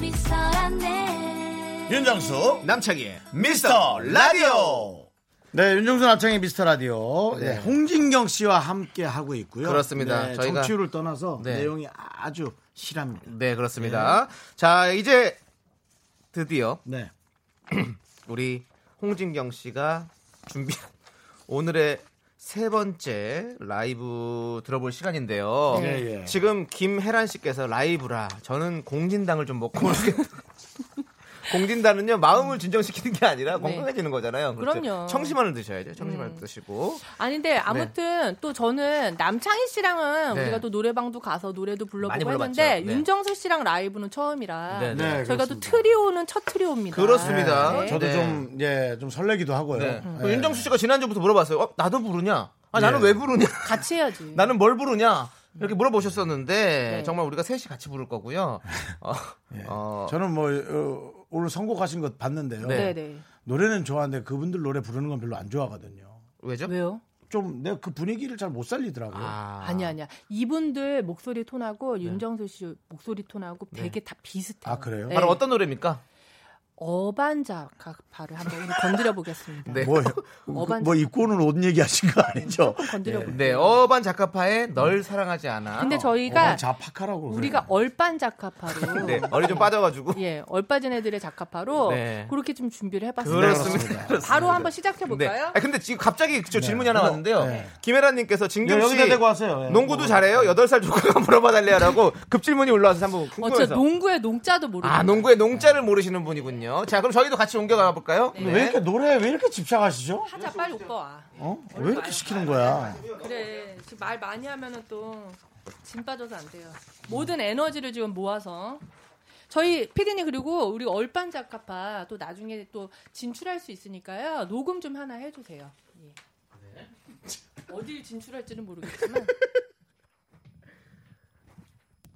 S4: 미스터란데
S1: 윤정수
S2: 남창희의
S1: 미스터 라디오. 네, 윤정수 남창의 미스터 라디오. 네, 홍진경 씨와 함께 하고 있고요.
S2: 그렇습니다.
S1: 네,
S2: 저희가-
S1: 정치율을 떠나서
S2: 네.
S1: 내용이 아주 실합니다.
S2: 네, 그렇습니다. 자, 이제 드디어
S1: 네.
S2: 우리 홍진경 씨가 준비한 오늘의 세 번째 라이브 들어볼 시간인데요.
S1: 네. 예, 예.
S2: 지금 김혜란 씨께서 라이브라 저는 공진당을 좀 먹고 올게요. 공진단은요 마음을 진정시키는 게 아니라 건강해지는 거잖아요. 그렇죠?
S5: 그럼요.
S2: 청심환을 드셔야죠. 청심환을 드시고
S5: 아닌데 아무튼
S1: 네.
S5: 또 저는 남창희 씨랑은
S2: 네.
S5: 우리가 또 노래방도 가서 노래도
S2: 많이
S5: 불러보고
S2: 불러봤죠.
S5: 했는데
S2: 네.
S5: 윤정수 씨랑 라이브는 처음이라
S2: 네, 네.
S1: 네,
S5: 저희가 또
S1: 그렇습니다.
S5: 트리오는 첫 트리오입니다.
S2: 그렇습니다.
S5: 네.
S1: 저도
S2: 네.
S1: 좀, 예, 좀 설레기도 하고요.
S2: 네.
S1: 네.
S2: 그 윤정수 씨가 지난주부터 물어봤어요. 어, 나도 부르냐? 아, 나는
S1: 예.
S2: 왜 부르냐?
S5: 같이 해야지.
S2: 나는 뭘 부르냐? 이렇게
S5: 음.
S2: 물어보셨었는데
S5: 네.
S2: 정말 우리가 셋이 같이 부를 거고요. 어, 어,
S1: 저는 뭐, 어, 오늘 선곡하신 것 봤는데요.
S2: 네.
S5: 네네.
S1: 노래는 좋아하는데 그분들 노래 부르는 건 별로 안 좋아하거든요.
S2: 왜죠?
S5: 왜요?
S1: 좀 내가 그 분위기를 잘 못 살리더라고요.
S2: 아,
S5: 네. 아. 니야 아니야. 이분들 목소리 톤하고 윤정수 씨 목소리 톤하고 되게 다 비슷해요.
S1: 아, 그래요?
S5: 네.
S2: 바로 어떤 노래입니까?
S5: 어반자카파를 한번 오늘 건드려 보겠습니다.
S2: 네.
S1: 뭐,
S5: 어반-
S1: 뭐 입고는 옷 얘기하신 거 아니죠?
S5: 건드려 볼게요.
S2: 네, 어반 자카파의 널 사랑하지 않아.
S5: 근데 저희가
S1: 어, 자파카라고. 그래.
S5: 우리가 얼반자카파로
S2: 네, 머리 좀 빠져가지고.
S5: 예, 얼빠진 애들의 자카파로
S2: 네.
S5: 그렇게 좀 준비를 해봤습니다.
S2: 그렇습니다.
S5: 바로 한번 시작해
S2: 네.
S5: 볼까요?
S2: 아, 근데 지금 갑자기 저 질문이 하나
S1: 그럼,
S2: 왔는데요.
S1: 네.
S2: 김혜란님께서 진경 씨
S1: 여기다 대고 하세요. 예.
S2: 농구도 잘해요. 8살 조카가 물어봐달래라고 급질문이 올라와서 한번
S5: 어, 저
S2: 궁금해서.
S5: 농구의 농자도 모르고
S2: 아, 농구의 농자를 모르시는 분이군요. 자, 그럼 저희도 같이 옮겨가 볼까요? 네.
S1: 왜
S5: 네.
S1: 이렇게 노래 왜 이렇게 집착하시죠?
S5: 하자 빨리 오빠 와.
S1: 어? 왜 이렇게 시키는 거야?
S5: 그래 네, 지금 말 많이 하면은 또 짐 빠져서 안 돼요. 모든 에너지를 지금 모아서 저희 피디님 그리고 우리 얼반 자카파 또 나중에 또 진출할 수 있으니까요 녹음 좀 하나 해주세요. 예. 어딜 진출할지는 모르겠지만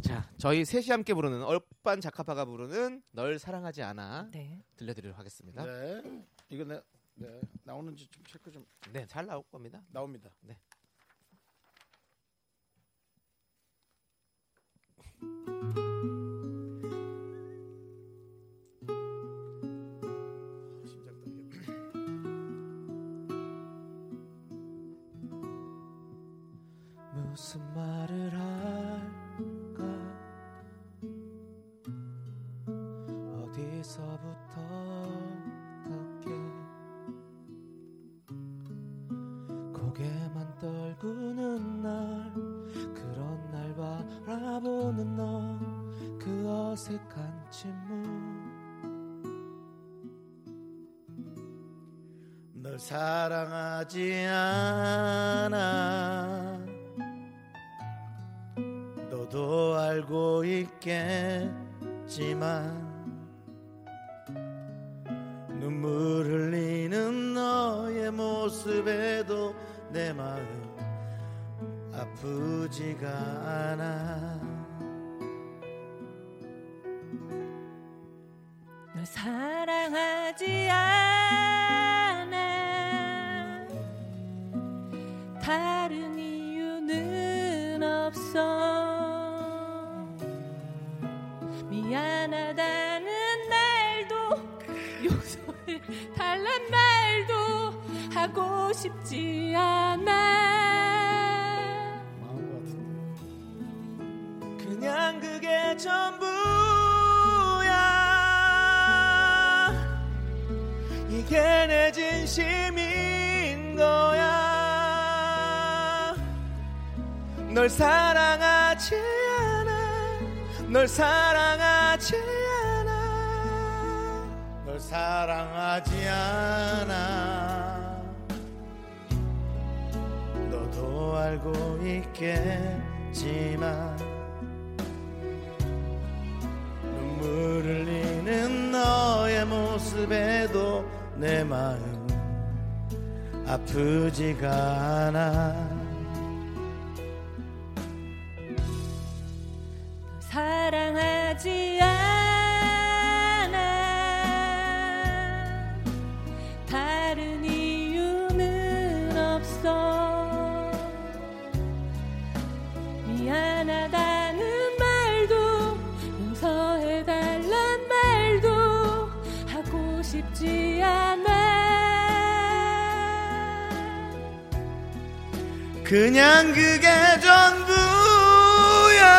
S2: 자, 저희 셋이 함께 부르는 얼반 자카파가 부르는 널 사랑하지 않아
S5: 네.
S2: 들려드리도록 하겠습니다. 네,
S1: 네. 이거 내 네. 나오는지 좀 체크 좀
S2: 네, 잘 나올 겁니다.
S1: 나옵니다.
S2: 네. 무슨 말을 할까 어디서부터 어떻게 고개만 떨구는 날 그런 날 바라보는 너 그 어색한 침묵
S1: 널 사랑하지 않아 너도 알고 있겠지만 눈물 흘리는 너의 모습에도 내 마음 아프지가 않아
S5: 널 사랑하지 않아 다른 이유는 없어 미안하다는 말도 용서를 달란 말도 하고 싶지 않아
S2: 그냥 그게 전부야 이게 내 진심인 거야 널 사랑하지 않아 널 사랑하지 않아
S1: 널 사랑하지 않아 너도 알고 있겠지만 눈물 흘리는 너의 모습에도 내 마음 아프지가 않아
S5: 사랑하지 않아 다른 이유는 없어 미안하다는 말도 용서해달란 말도 하고 싶지 않아
S1: 그냥 그게 전부야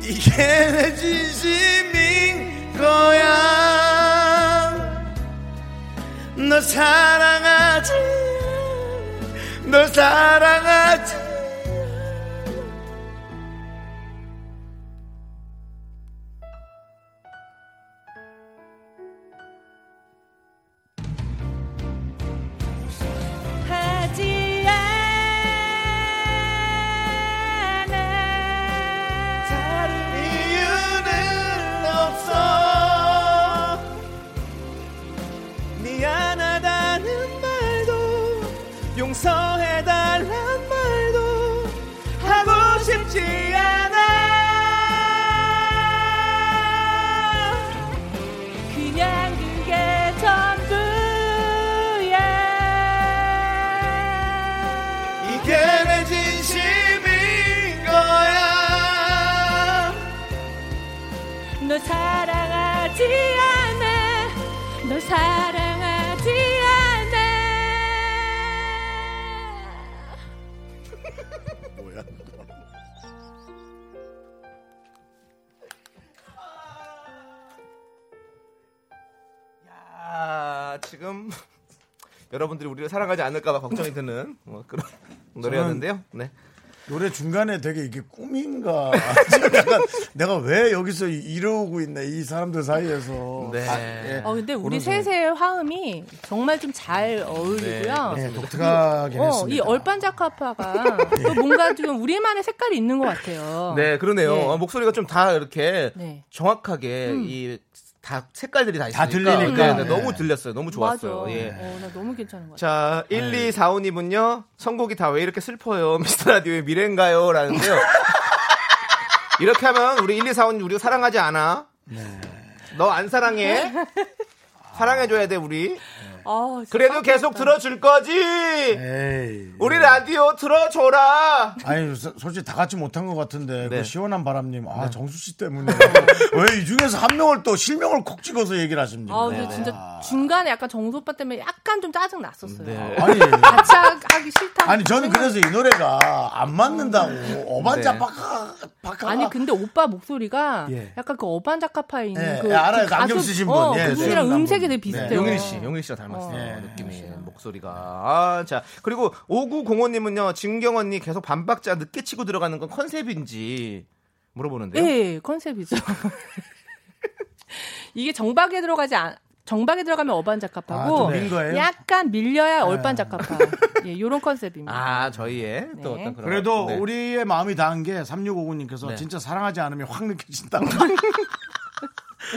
S1: 이게 내 진심인 거야 널 사랑하지 않아. 널 사랑하지 않아.
S5: 하지 않아
S1: 이유는 없어 미안하다는 말도 용서해달란
S4: 널 사랑하지 않아 널 사랑하지 않아
S1: 뭐야?
S2: 아, 지금 여러분들이 우리를 사랑하지 않을까봐 걱정이 드는 뭐 그런 노래였는데요. 네.
S1: 노래 중간에 되게 이게 꿈인가? 약간 내가 왜 여기서 이러고 있나 이 사람들 사이에서.
S2: 네.
S1: 예.
S5: 어, 근데 우리
S1: 그런
S5: 셋의 화음이 정말 좀 잘 어울리고요.
S1: 네, 독특하긴
S5: 어,
S1: 했습니다.
S5: 이 얼반자카파가 또 뭔가 좀 우리만의 색깔이 있는 것 같아요.
S2: 네, 그러네요.
S5: 예.
S2: 아, 목소리가 좀 다 이렇게
S5: 네.
S2: 정확하게 이 다 색깔들이 다 있으니까
S1: 다 들리니까.
S2: 네, 네,
S1: 네.
S2: 너무 들렸어요. 너무 좋았어요.
S5: 맞아.
S2: 예.
S5: 어, 나 너무 괜찮은 것 같아.
S2: 자, 1245님은요, 선곡이 다 왜 이렇게 슬퍼요? 미스터 라디오의 미래인가요? 라는데요. 이렇게 하면 우리 1245님 우리가 사랑하지 않아. 너 안 사랑해. 사랑해줘야 돼, 우리.
S5: 아, 진짜
S2: 그래도 계속 들어줄 거지! 네.
S1: 에이.
S2: 우리 라디오 들어줘라!
S1: 아니 소- 솔직히 다 같이 못한 것 같은데
S2: 네.
S1: 그 시원한 바람님 아 정수 씨 때문에 왜 이 중에서 한 명을 또 실명을 콕 찍어서 얘기를 하십니까?
S5: 아, 근데 진짜 중간에 약간 정수 오빠 때문에 약간 좀 짜증 났었어요.
S1: 아니
S5: 같이 하- 하기 싫다.
S1: 네. 아니 저는 그래서 이 노래가 안 맞는다고 어반자박하 박하
S5: 아니 그 근데 오빠 목소리가
S1: 예.
S5: 약간 그 어반자카파에 있는
S1: 예,
S5: 그,
S1: 예, 알아요.
S5: 그
S1: 안경 쓰신 분.
S5: 어,
S1: 예,
S5: 그분이랑
S1: 네.
S5: 음색이
S1: 네.
S5: 되게 비슷해요.
S1: 네.
S2: 용일 씨, 용일 씨랑 닮았어요. 네,
S1: 예.
S2: 느낌이, 목소리가. 아, 자. 그리고 5905님은요, 진경 언니 계속 반박자 늦게 치고 들어가는 건 컨셉인지 물어보는데요.
S5: 예, 컨셉이죠. 이게 정박에 들어가지 않 정박에 들어가면
S1: 아,
S5: 어반자카파고
S1: 또 밀린 거예요? 아.
S5: 약간 밀려야 얼반자카파. 예, 요런 컨셉입니다.
S2: 아, 저희의 또
S5: 네.
S2: 어떤 그런.
S1: 그래도
S2: 네.
S1: 우리의 마음이 닿은 게 3659님께서
S2: 네.
S1: 진짜 사랑하지 않으면 확 느껴진다고.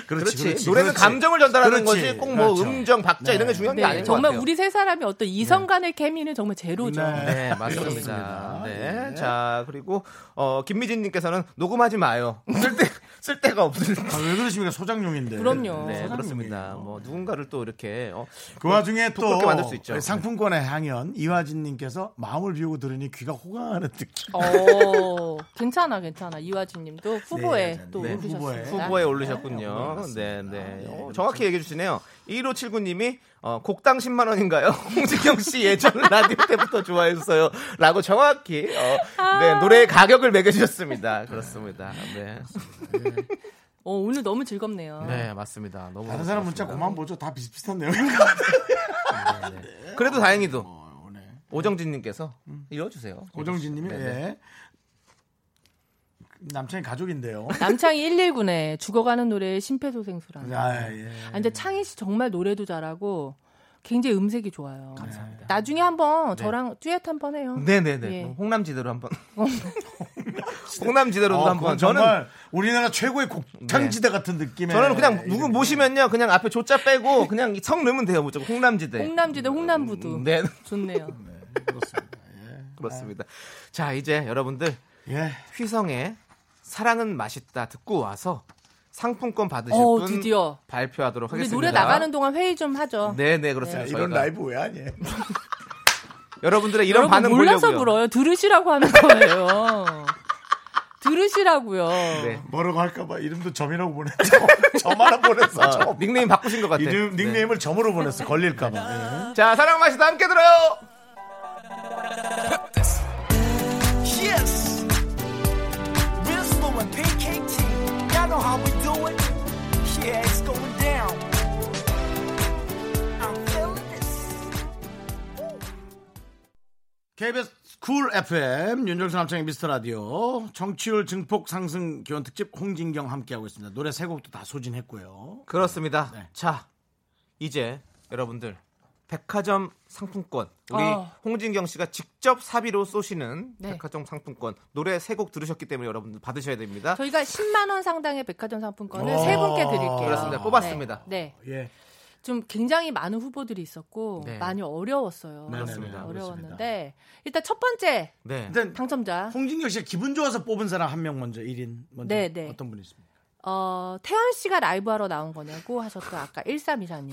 S2: 그렇지. 노래는 감정을 전달하는
S1: 그렇지.
S2: 거지 꼭 뭐
S1: 그렇죠.
S2: 음정 박자
S1: 네.
S2: 이런 게 중요한 게
S5: 네,
S2: 아닌 것
S5: 정말
S2: 같아요.
S5: 우리 세 사람이 어떤 이성 간의 케미는 정말 제로죠.
S1: 네.
S2: 네, 맞습니다.
S1: 그렇습니다.
S2: 네.
S1: 네.
S2: 자, 그리고 어 김미진 님께서는 녹음하지 마요. 쓸데 쓸데가 없을 때.
S1: 아, 왜 그러십니까? 소장용인데.
S5: 그럼요.
S2: 네,
S1: 사람이
S2: 그렇습니다.
S1: 뭐예요?
S2: 뭐 누군가를 또 이렇게 어,
S1: 그 와중에 또 네,
S2: 부끄럽게 만들 수 있죠.
S1: 상품권의 향연 이화진님께서 마음을 비우고 들으니 귀가 호강하는 느낌.
S5: 어, 괜찮아, 괜찮아. 이화진님도 후보에
S1: 네,
S5: 또
S1: 네, 아,
S5: 오르셨습니다.
S2: 후보에 올리셨군요. 네,
S1: 예,
S2: 네. 어,
S1: 그렇죠.
S2: 정확히 얘기해 주시네요. 1579님이 어, 곡당 10만 원인가요? 홍진경 씨 예전 라디오 때부터 좋아했어요.라고 정확히 어, 네, 노래의 가격을 매겨주셨습니다. 그렇습니다. 네,
S5: 어, 오늘 너무 즐겁네요.
S2: 네 맞습니다. 너무
S1: 다른 사람 문자
S2: 고맙습니다.
S1: 그만 보죠. 다 비슷비슷한 내용인 것 같아요.
S2: 그래도 다행히도
S1: 어,
S2: 오정진님께서 읽어주세요.
S1: 고정진님이
S2: 네, 네.
S1: 네. 음. 예. 남편이 가족인데요.
S5: 남창희 119네 죽어가는 노래
S2: 음. 네.
S5: 심폐소생술하는. 아,
S1: 아, 예.
S5: 근데 창희 씨 정말 노래도 잘하고 굉장히 음색이 좋아요. 감사합니다. 나중에 한번 저랑 듀엣 한번 해요.
S2: 네. 네네네. 뭐.
S5: 예.
S2: 홍남지대로 한번. 홍남지대로도
S1: 어,
S2: 한번.
S1: 그건
S2: 저는 네.
S1: 정말 우리나라 최고의 곡탕지대 같은 느낌의
S2: 저는
S5: 네,
S2: 그냥 누구 모시면요 그냥 앞에 조자 빼고 그냥 성 넣으면 돼요 무조건 홍남지대.
S5: 홍남지대 홍남부도
S2: 네
S5: 좋네요.
S2: 그렇습니다. 자 이제 여러분들
S1: 예.
S2: 휘성의 사랑은 맛있다 듣고 와서 상품권 받으실
S5: 어,
S2: 분
S5: 드디어.
S2: 네. 발표하도록
S5: 우리
S2: 하겠습니다.
S5: 노래 나가는 동안 회의 좀 하죠.
S2: 네네 그렇습니다.
S1: 이런
S2: 저희가
S1: 라이브 왜 하냐?
S2: 여러분들의 이런
S5: 여러분
S2: 반응
S5: 몰라서
S2: 보려고요.
S5: 물어요. 들으시라고 하는 거예요. 들으시라고요.
S2: 네.
S1: 뭐라고 할까봐 이름도 점이라고 보냈어. 점하라 보냈어.
S2: 어,
S1: 점.
S2: 닉네임 바꾸신 것 같아요.
S1: 이름 닉네임을 점으로 보냈어. 걸릴까봐. 예.
S2: 자, 사랑 맛이다 함께 들어요.
S1: KBS 쿨 FM 윤정수 남창의 미스터 라디오 정치율 증폭 상승 기원 특집 홍진경 함께하고 있습니다. 노래 세 곡도 다 소진했고요.
S2: 그렇습니다.
S1: 네.
S2: 자, 이제 여러분들 백화점 상품권 우리
S5: 어.
S2: 홍진경 씨가 직접 사비로 쏘시는
S5: 네.
S2: 백화점 상품권 노래 세 곡 들으셨기 때문에 여러분들 받으셔야 됩니다.
S5: 저희가 10만 원 상당의 백화점 상품권을
S1: 오.
S5: 세 분께 드릴게요.
S2: 어. 그렇습니다. 뽑았습니다.
S5: 네. 네.
S1: 예.
S5: 좀 굉장히 많은 후보들이 있었고
S2: 네.
S5: 많이 어려웠어요.
S1: 네네네,
S2: 그렇습니다.
S5: 어려웠는데 일단 첫 번째
S2: 네.
S1: 일단
S5: 당첨자
S1: 홍진경 씨가 기분 좋아서 뽑은 사람 한 명 먼저 1인 먼저
S5: 네, 네.
S1: 어떤 분이 있습니까?
S5: 어, 태연 씨가 라이브하러 나온 거냐고 하셨던 아까 1324님.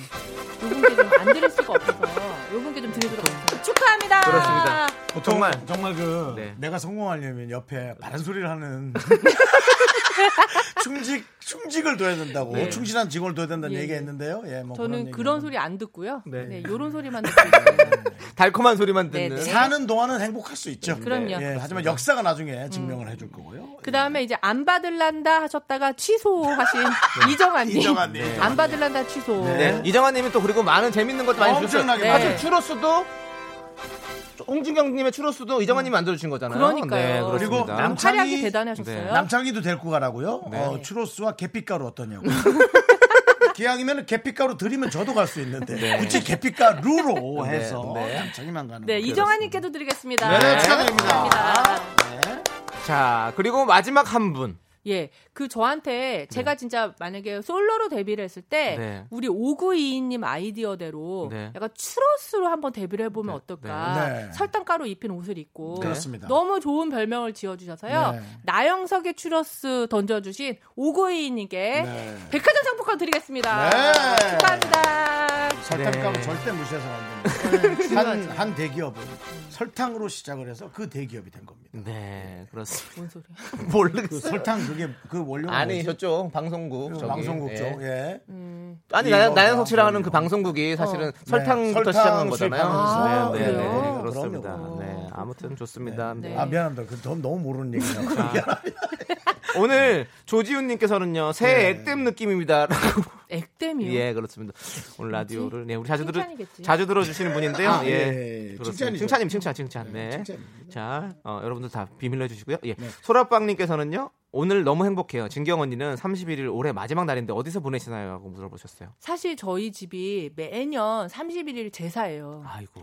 S5: 요분께 좀 안 드릴 수가 없어서 요분께 좀 드리도록 하겠습니다. 축하합니다.
S2: 그렇습니다. 정말
S1: 보통 그렇죠. 정말 그
S2: 네.
S1: 내가 성공하려면 옆에 바른 소리를 하는 충직 충직을 공백을 둬야 된다고
S2: 네.
S1: 충실한 직원을 둬야 된다는
S5: 예,
S1: 얘기
S5: 예.
S1: 했는데요. 예, 뭐 그런,
S5: 저는 그런
S1: 얘기는.
S5: 소리 안 듣고요.
S2: 네.
S5: 네, 요런 소리만 듣고 있어요.
S2: 달콤한 소리만
S5: 네,
S2: 듣는
S5: 네.
S1: 사는 동안은 행복할 수 있죠.
S5: 그럼요.
S1: 예, 하지만 역사가 나중에 증명을 해줄 거고요. 예.
S5: 그 다음에 이제 안 받을란다 하셨다가 취소하신 이정환님. 네.
S1: 이정환님.
S5: 안 받을란다 취소.
S2: 네. 이정환님이 또 그리고 많은 재밌는 것도 많이 주셨어요.
S1: 엄청나게
S5: 네.
S2: 사실 추로스도 홍진경님의 추로스도 이정환님이 만들어준 거잖아요.
S5: 그러니까요.
S2: 네,
S1: 그리고
S2: 그렇습니다.
S1: 남-
S5: 화력이
S1: 남창이-
S5: 대단하셨어요.
S2: 네.
S1: 남창이도 데리고 가라고요.
S2: 네.
S1: 어, 추로스와 계피가루 어떠냐고. 기왕이면 계피가루 드리면 저도 갈 수 있는데 굳이 계피가루로
S2: 네,
S1: 해서
S2: 네.
S1: 남창이만 가는
S5: 네,
S1: 거.
S5: 이정환님께도 드리겠습니다.
S1: 네, 축하드립니다.
S5: 감사합니다.
S2: 자 그리고 마지막 한 분.
S5: 예, 그 저한테 제가 진짜 만약에 솔로로 데뷔를 했을 때
S2: 네.
S5: 우리 5922님 아이디어대로
S2: 네.
S5: 약간 추러스로 한번 데뷔를 해보면 어떨까.
S1: 네. 네.
S5: 설탕가루 입힌 옷을 입고.
S1: 그렇습니다.
S5: 너무 좋은 별명을 지어주셔서요.
S1: 네.
S5: 나영석의 추러스 던져주신 5922님께 백화점 상품권 드리겠습니다.
S1: 네.
S5: 축하합니다.
S1: 설탕가루
S2: 네.
S1: 절대 무시해서는 안 됩니다. 한, 한 대기업은 설탕으로 시작을 해서 그 대기업이 된 겁니다.
S2: 네 그렇습니다.
S5: 뭔 소리야?
S1: 그
S2: 모르겠어요.
S1: 설탕 그게 그 원료가
S2: 아니
S1: 뭐지?
S2: 저쪽 방송국
S1: 그
S2: 저기,
S1: 방송국
S2: 예.
S1: 쪽. 예.
S2: 아니
S1: 이거 뭐 아,
S2: 나연 나연
S1: 나-
S2: 석씨랑 하는 그 방송국이 사실은 설탕부터
S1: 어, 네. 설탕
S2: 시작한
S1: 수입하면서. 어,
S2: 거잖아요. 네, 네, 네,
S5: 아,
S2: 네, 그렇습니다.
S1: 그럼요.
S2: 네, 아무튼 좋습니다. 네.
S1: 아 미안합니다. 그 너무 모르는
S2: 아,
S1: 얘기야.
S2: 오늘
S1: 네.
S2: 조지훈님께서는요 새 액땜 느낌입니다라고
S5: 액땜이요.
S2: 예, 그렇습니다. 오늘 라디오를 네, 우리 자주 들어
S5: 칭찬이겠지.
S2: 자주 들어주시는 분인데요.
S1: 아,
S2: 예,
S1: 예,
S2: 그렇습니다.
S1: 칭찬이죠.
S2: 칭찬님, 칭찬, 칭찬. 네.
S1: 칭찬입니다. 네.
S2: 자, 어, 여러분들 다 비밀로 해주시고요. 예, 소라빵님께서는요. 오늘 너무 행복해요. 진경 언니는 31일 올해 마지막 날인데 어디서 보내시나요? 하고 물어보셨어요.
S5: 사실 저희 집이 매년 31일 제사예요.
S2: 아이고,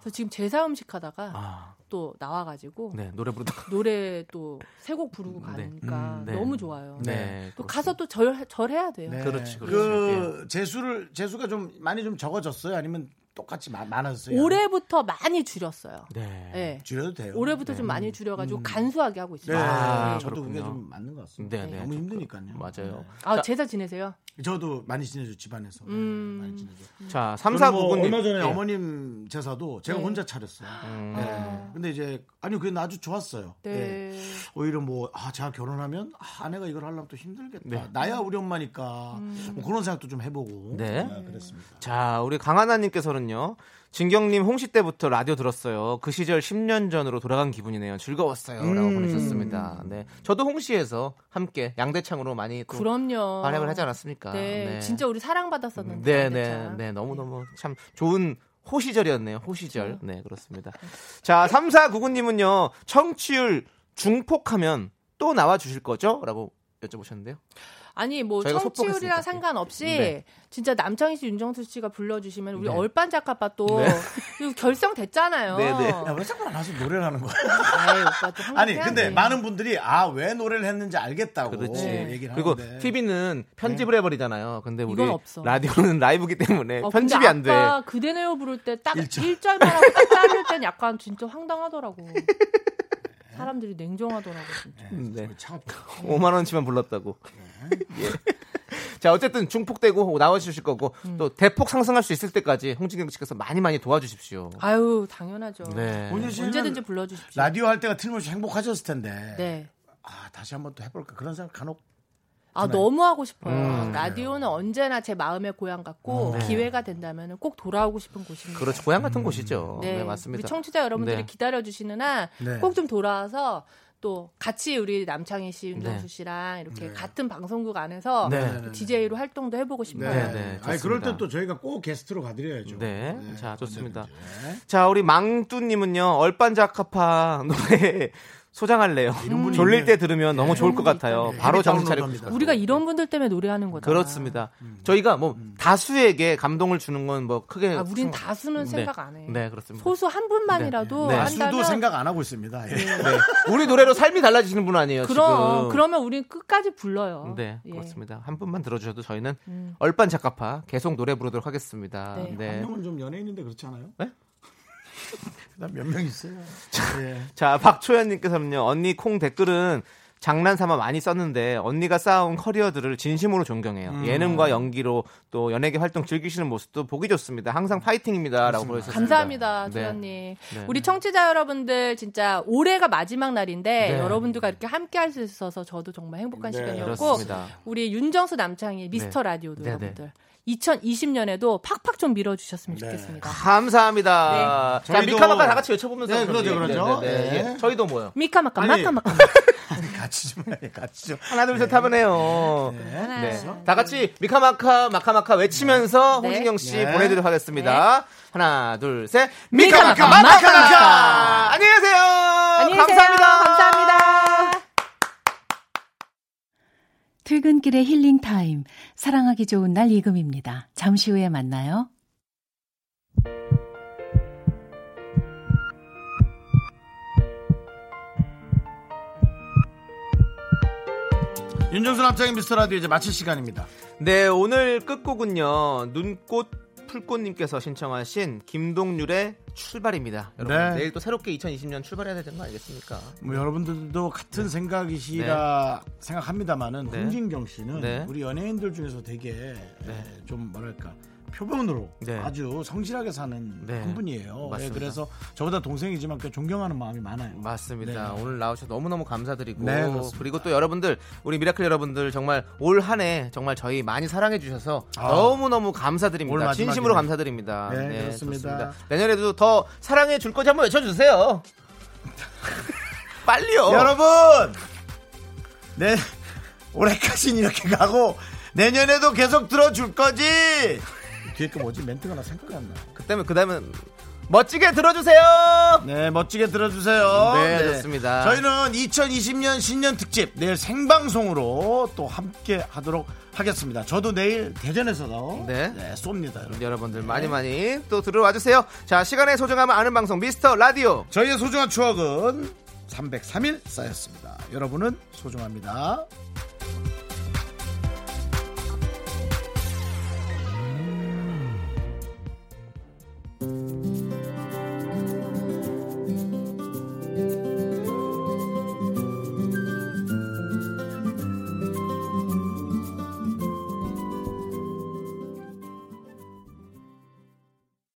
S5: 그래서 지금 제사 음식 하다가
S2: 아,
S5: 또 나와가지고
S2: 네, 노래 부르다가
S5: 노래 또 세 곡 부르고 가니까
S2: 음, 네.
S5: 너무 좋아요.
S2: 네,
S5: 또
S2: 그렇습니다.
S5: 가서 또 절, 절해야 돼요.
S2: 네. 그렇지, 예. 그렇지.
S1: 그 재수를 재수가 좀 많이 좀 적어졌어요. 아니면 똑같이 마- 많아졌어요.
S5: 그 올해부터 많이 줄였어요.
S2: 네, 음.
S5: 네.
S1: 줄여도 돼요.
S5: 올해부터 좀 많이 줄여가지고 간소하게 하고
S1: 네,
S5: 있어요.
S2: 아,
S1: 저도 그게
S2: 그렇군요.
S1: 좀 맞는 것 같습니다.
S2: 네, 네.
S1: 너무 힘드니까요.
S2: 맞아요.
S5: 아, 제사 지내세요?
S1: 네. 저도 많이 지내죠 집안에서.
S5: 음.
S1: 네, 많이 지내죠.
S2: 자,
S1: 저는
S2: 3사
S1: 뭐
S2: 9군님 예. 네.
S1: 얼마 전에 어머님 제사도 제가
S5: 네.
S1: 혼자 차렸어요.
S2: 음.
S1: 네. 근데 이제 아니 그게 아주 좋았어요.
S5: 네.
S1: 네. 오히려 뭐 아, 제가 결혼하면 아, 아내가 이걸 하려면 또 힘들겠다.
S2: 네.
S1: 나야 우리 엄마니까
S5: 음.
S1: 뭐 그런 생각도 좀 해보고.
S2: 네.
S1: 그랬습니다.
S2: 자, 우리 강하나님께서는요. 진경님 홍시 때부터 라디오 들었어요. 그 시절 10년 전으로 돌아간 기분이네요. 즐거웠어요. 라고 보내셨습니다. 네. 저도 홍시에서 함께 양대창으로 많이 또
S5: 그럼요.
S2: 활약을 하지 않았습니까?
S5: 네, 진짜 우리 사랑받았었는데.
S2: 네, 네,
S5: 진짜.
S2: 네. 너무너무 참 좋은 호시절이었네요. 호시절.
S5: 그렇죠.
S2: 네, 그렇습니다. 자, 3499님은요. 청취율 중폭하면 또 나와 주실 거죠? 라고 여쭤보셨는데요.
S5: 아니 뭐
S2: 저희가
S5: 청취율이랑
S2: 소폭했으니까.
S5: 상관없이
S2: 네.
S5: 진짜 남창희 씨, 윤정수 씨가 불러주시면
S2: 네.
S5: 우리 얼반 작가빠 또
S2: 네.
S5: 이거 결성됐잖아요.
S2: 네, 네.
S1: 야, 왜 자꾸 안 와서 노래를 하는 거야?
S5: 아이, 오빠 또 한국
S1: 아니,
S5: 해야
S1: 근데
S5: 돼.
S1: 많은 분들이 아, 왜 노래를 했는지 알겠다고
S2: 네. 그렇지.
S1: 얘기를
S2: 그리고
S5: 네.
S1: 하는데.
S2: TV는 편집을 해버리잖아요. 근데 우리
S5: 이건 없어.
S2: 라디오는 라이브기 때문에
S5: 어, 근데
S2: 편집이 안 돼.
S5: 아까 그대네요 부를 때 딱
S1: 일절.
S5: 일절만 하고 딱 자를 땐 약간 진짜 황당하더라고. 사람들이 냉정하더라고 진짜. 네.
S2: 네.
S1: 차갑다.
S2: 5만 원치만 불렀다고. 예. 자 어쨌든 중폭되고 나와주실 거고
S5: 음.
S2: 또 대폭 상승할 수 있을 때까지 홍진경 씨께서 많이 많이 도와주십시오.
S5: 아유 당연하죠.
S2: 네.
S1: 본인 씨는
S5: 언제든지 불러주십시오.
S1: 라디오 할 때가 틀림없이 행복하셨을 텐데.
S5: 네.
S1: 아, 다시 한번 또 해볼까? 그런 생각 간혹.
S5: 아 너무 하고 싶어요.
S2: 음, 네.
S5: 라디오는 언제나 제 마음의 고향 같고 기회가 된다면 꼭 돌아오고 싶은 곳입니다.
S2: 그렇죠. 고향 같은 곳이죠. 네,
S5: 네,
S2: 맞습니다.
S5: 우리 청취자 여러분들이
S2: 네.
S5: 기다려 주시는 한
S1: 네.
S5: 꼭 좀 돌아와서 또 같이 우리 남창희 씨, 윤정수
S2: 네.
S5: 씨랑 이렇게 같은 방송국 안에서
S2: 네.
S5: DJ로 활동도 해보고 싶어요.
S2: 네, 네,
S1: 아니,
S2: 좋습니다.
S1: 그럴 땐 또 저희가 꼭 게스트로 가드려야죠.
S2: 네. 자, 좋습니다.
S1: 언제든지.
S2: 자 우리 망뚜님은요 얼반자카파 노래 소장할래요. 졸릴 때 들으면 너무 좋을 것 같아요.
S1: 있다네.
S2: 바로
S1: 헤비
S2: 정신 차릴
S1: 다운로드합니다. 음.
S2: 것 같아요.
S5: 우리가 이런 분들 때문에 노래하는 거잖아.
S2: 그렇습니다. 저희가 뭐 다수에게 감동을 주는 건 뭐 크게
S5: 아, 우린
S2: 생각-
S5: 다수는 생각 안 해.
S2: 네, 그렇습니다.
S5: 소수 한 분만이라도
S2: 네. 네.
S5: 한다면
S1: 다수도 생각 안 하고 있습니다. 예.
S2: 네. 우리 노래로 삶이 달라지시는 분 아니에요,
S5: 그럼
S2: 지금.
S5: 그러면 우린 끝까지 불러요.
S2: 네,
S5: 예. 음.
S2: 그렇습니다. 한 분만 들어주셔도 저희는 얼반 작가파 계속 노래 부르도록 하겠습니다.
S5: 네.
S2: 네.
S1: 한명은 좀 연예인인데 그렇지 않아요?
S2: 네?
S1: 몇 명 있어요. 예.
S2: 자, 박초연님께서는요, 언니 콩 댓글은 장난삼아 많이 썼는데 언니가 쌓아온 커리어들을 진심으로 존경해요.
S1: 음.
S2: 예능과 연기로 또 연예계 활동 즐기시는 모습도 보기 좋습니다. 항상 파이팅입니다라고 보여주셨습니다. 네.
S5: 감사합니다, 조연님. 우리 청취자 여러분들 진짜 올해가 마지막 날인데
S2: 네.
S5: 여러분들과 이렇게 함께 할 수 있어서 저도 정말 행복한 시간이었고
S2: 그렇습니다.
S5: 우리 윤정수 남창희 미스터 라디오도
S2: 네,
S5: 여러분들 2020년에도 팍팍 좀 밀어주셨으면
S1: 네.
S5: 좋겠습니다.
S2: 감사합니다. 자,
S1: 저희도-
S2: 미카마카 다 같이 외쳐보면서.
S1: 네, 그러죠, 그러죠. 네.
S2: 저희도 뭐요?
S5: 미카마카
S1: 아니.
S5: 마카마카
S1: 같이 좀 해, 같이 좀.
S2: 하나, 둘, 셋 하면 해요.
S1: 네.
S2: 네. 다 같이 미카마카 마카마카 외치면서
S5: 네.
S2: 홍진경 씨
S1: 네.
S2: 보내드리도록 하겠습니다. 하나, 둘, 셋.
S5: 미카마카,
S2: 미카마카
S5: 마카마카.
S2: 마카마카. 안녕히 계세요.
S5: 안녕히 계세요.
S2: 감사합니다.
S5: 감사합니다.
S9: 퇴근길의 힐링 타임. 사랑하기 좋은 날 이금입니다. 잠시 후에 만나요.
S1: 윤정수 남창의 미스터 라디오 이제 마칠 시간입니다.
S2: 네, 오늘 끝곡은요. 눈꽃 풀꽃님께서 신청하신 김동률의 출발입니다. 여러분
S1: 네.
S2: 내일 또 새롭게 2020년 출발해야 되는 거 아니겠습니까?
S1: 뭐 여러분들도 같은 생각이시라 생각합니다만은
S2: 네.
S1: 홍진경 씨는
S2: 네.
S1: 우리 연예인들 중에서 되게 에, 좀 뭐랄까 표본으로
S2: 네.
S1: 아주 성실하게 사는
S2: 네.
S1: 한 분이에요. 예,
S2: 맞습니다.
S1: 그래서 저보다 동생이지만 꽤 존경하는 마음이 많아요.
S2: 맞습니다.
S1: 네.
S2: 오늘 나오셔서 너무너무 감사드리고
S1: 네, 그렇습니다.
S2: 그리고 또 여러분들 우리 미라클 여러분들 정말 올 한 해 정말 저희 많이 사랑해 주셔서
S1: 아.
S2: 너무너무
S1: 올
S2: 감사드립니다.
S1: 마지막이네.
S2: 진심으로 감사드립니다.
S1: 네, 그렇습니다.
S2: 내년에도 더 사랑해 줄 거지 한번 외쳐 주세요. 빨리요.
S1: 여러분, 네 올해까지는 이렇게 가고 내년에도 계속 들어줄 거지. 뒤에 거 뭐지 멘트가 나 생각이 안 나.
S2: 그다음에 그다음에 멋지게 들어 주세요.
S1: 네, 멋지게 들어주세요.
S2: 네, 좋습니다.
S1: 저희는 2020년 신년 특집 내일 생방송으로 또 함께 하도록 하겠습니다. 저도 내일 대전에서도
S2: 네.
S1: 네, 쏩니다. 여러분.
S2: 여러분들
S1: 네.
S2: 많이 많이 또 들어와 주세요. 자, 시간의 소중함을 아는 방송 미스터 라디오.
S1: 저희의 소중한 추억은 303일 쌓였습니다. 여러분은 소중합니다.